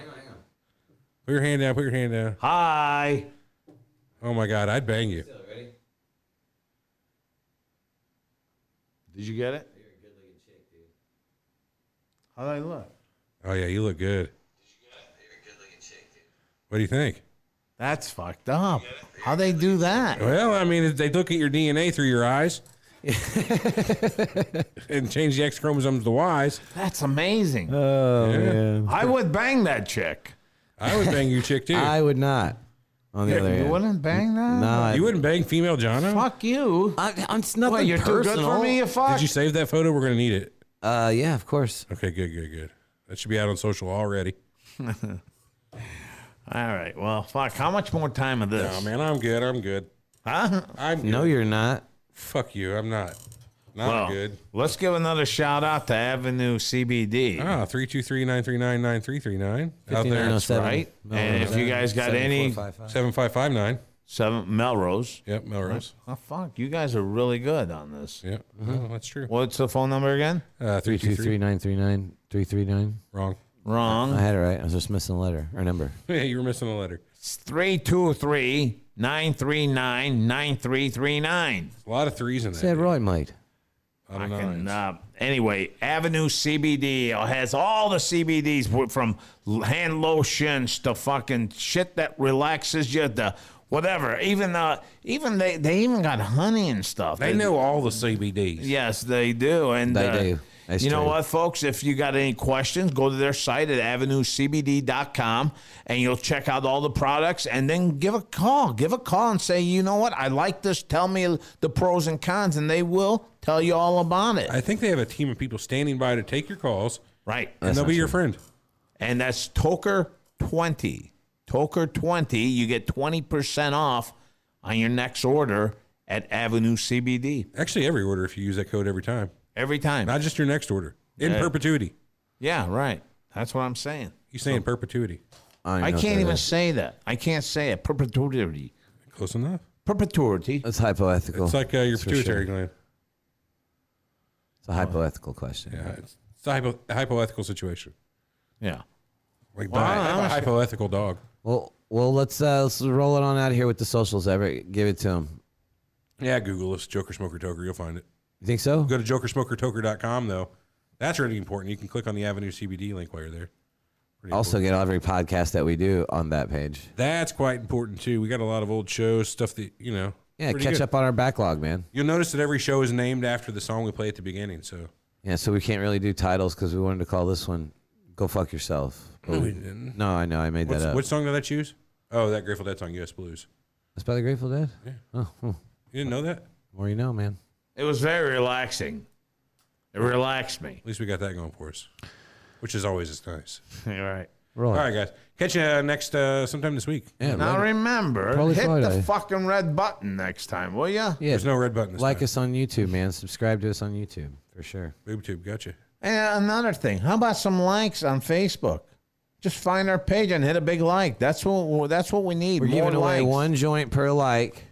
A: Put your hand down. Put your hand down.
C: Hi.
A: Oh my God, I'd bang you.
C: Did you get it? How did I look?
A: Oh yeah, you look good. What do you think?
C: That's fucked up. How they do that?
A: Well, I mean, they look at your DNA through
C: <laughs>
A: your eyes and change the X chromosomes to Y's.
C: That's amazing.
D: Oh
A: Yeah.
D: man,
C: I would bang that chick.
A: I would bang you, chick, too.
D: I would not. On the other
C: You
D: hand,
C: wouldn't bang that?
D: no, I-
A: you wouldn't bang female Jono?
C: Fuck you.
D: I, I'm it's nothing
C: What, you're
D: personal.
C: too good for me, you fuck?
A: Did you save that photo? We're going to need it.
D: Uh, yeah, of course.
A: Okay, good, good, good. That should be out on social already.
C: All right. Well, fuck. How much more time of this?
A: Oh, man, I'm good. I'm good.
C: Huh?
A: I'm good.
D: No, you're not.
A: Fuck you. I'm not. Not
C: Well,
A: good.
C: Let's give another shout out to Avenue CBD.
A: Ah, 323-939-9339. Out there.
D: 5907.
C: right.
D: Melrose
C: And if you
D: Avenue,
C: guys got any
D: 7455.
A: 7559.
C: seven Melrose,
A: Yep, Melrose.
C: oh fuck, you guys are really good on this.
A: Yep.
D: Mm-hmm.
A: Oh, that's true.
C: What's the phone number again?
A: Uh, 323.
D: 323-939-339.
A: Wrong. <laughs>
D: I
C: Wrong.
D: had it right. I was just missing a letter or number.
A: Yeah, you were missing a letter.
C: It's 323 939 9339.
A: A lot of threes in
D: Say it
A: that.
D: right, mate.
A: I don't know.
C: And, uh, anyway, Avenue CBD has all the CBDs w- from l- hand lotions to fucking shit that relaxes you to whatever. Even uh, even they they even got honey and stuff.
A: They know all the CBDs.
C: Yes, they do. And
D: They
C: uh,
D: do. That's
C: you know
D: true.
C: what, folks? If you got any questions, go to their site at avenuecbd.com and you'll check out all the products and then give a call. Give a call and say, you know what? I like this. Tell me the pros and cons, and they will tell you all about it.
A: I think they have a team of people standing by to take your calls,
C: right.
A: and they'll be your friend.
C: And that's Toker 20. Toker 20. You get 20% off on your next order at Avenue CBD
A: Actually, every order if you use that code every time,
C: every time.
A: not just your next order in perpetuity.
C: yeah, right. That's what I'm saying.
A: You
D: Oh.
A: saying perpetuity?
D: don't
C: I
D: know what
C: can't
D: that
C: even
D: is.
C: say that. I can't say it. Perpetuity.
A: Close enough.
C: Perpetuity.
D: That's hypoethical.
A: It's like uh, your
D: Oh. That's for
A: pituitary
D: sure.
A: gland.
D: It's a hypoethical question.
A: Yeah, it's, it's a hypo, hypoethical situation.
C: Yeah.
A: Like
C: Wow,
A: di-
C: that was-
A: a hypoethical dog.
D: Well, well, let's uh, let's roll it on out of here with the socials. Everett, give it to him.
A: Yeah, Google us, Joker Smoker Toker. You'll find it.
D: You think so?
A: Go to jokersmokertoker.com, though. That's really important. You can click on the Avenue CBD link while you're there.
D: Also, get every podcast that we do on that page.
A: That's quite important, too. We got a lot of old shows, stuff that, you know.
D: Yeah,
A: pretty
D: catch
A: good.
D: up on our backlog, man.
A: You'll notice that every show is named after the song we play at the beginning. So
D: Yeah, so we can't really do titles because we wanted to call this one "Go Fuck Yourself." No,
A: we didn't.
D: No, I know. I made
A: What's,
D: that up.
A: what song did I choose? Oh, that Grateful Dead song, U.S. Blues.
D: It's by the Grateful Dead. Yeah. Oh, oh,
A: You didn't know that? At
D: more you know, man.
C: It was very relaxing. It relaxed
D: <laughs>
C: me.
A: least we got that going for us, which is always as nice.
C: All right.
D: Roll.
A: All
D: it.
A: right, guys. Catch you uh, next uh, sometime this week.
D: Yeah,
C: Now
D: love it.
C: remember,
D: Probably
C: hit
D: Friday.
C: the fucking red button next time, will ya?
D: yeah.
A: There's no red button. This
D: like
A: time.
D: us on YouTube, man. Subscribe to us on YouTube for sure.
A: BoobTube. Gotcha.
C: And another thing, how about some likes on Facebook? Just find our page and hit a big like. That's what that's what we need.
D: We're
C: More
D: giving away
C: likes.
D: one joint per <laughs> like.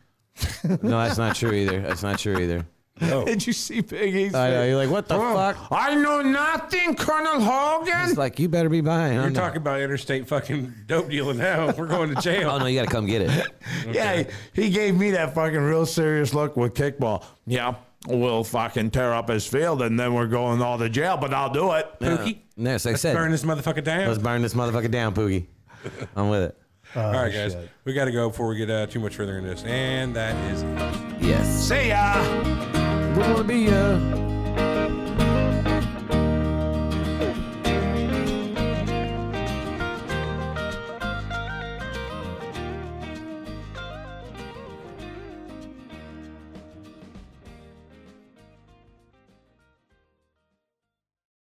D: no, that's not true either. That's not true either.
C: <laughs> Did you see Piggy's?
D: I know.
C: face?
D: You're like, what the fuck?
C: I know nothing, Colonel Hogan.
D: It's like you better be buying.
A: We're talking about interstate fucking dope dealing now. We're going to
D: <laughs> Oh
A: jail.
D: no, you gotta come get it.
C: Yeah, he, he gave me that fucking real serious look with kickball. Yeah, we'll fucking tear up his field and then we're going all to jail, but I'll do it.
A: Pookie.
D: Yes, I
A: Let's
D: said.
A: burn this motherfucker down.
D: Let's burn this motherfucker down, Poogie. I'm with it.
A: All right, guys. We got to go before we get uh, too much further into this. And that is.
D: Yes.
C: See ya.
D: Wanna be, uh,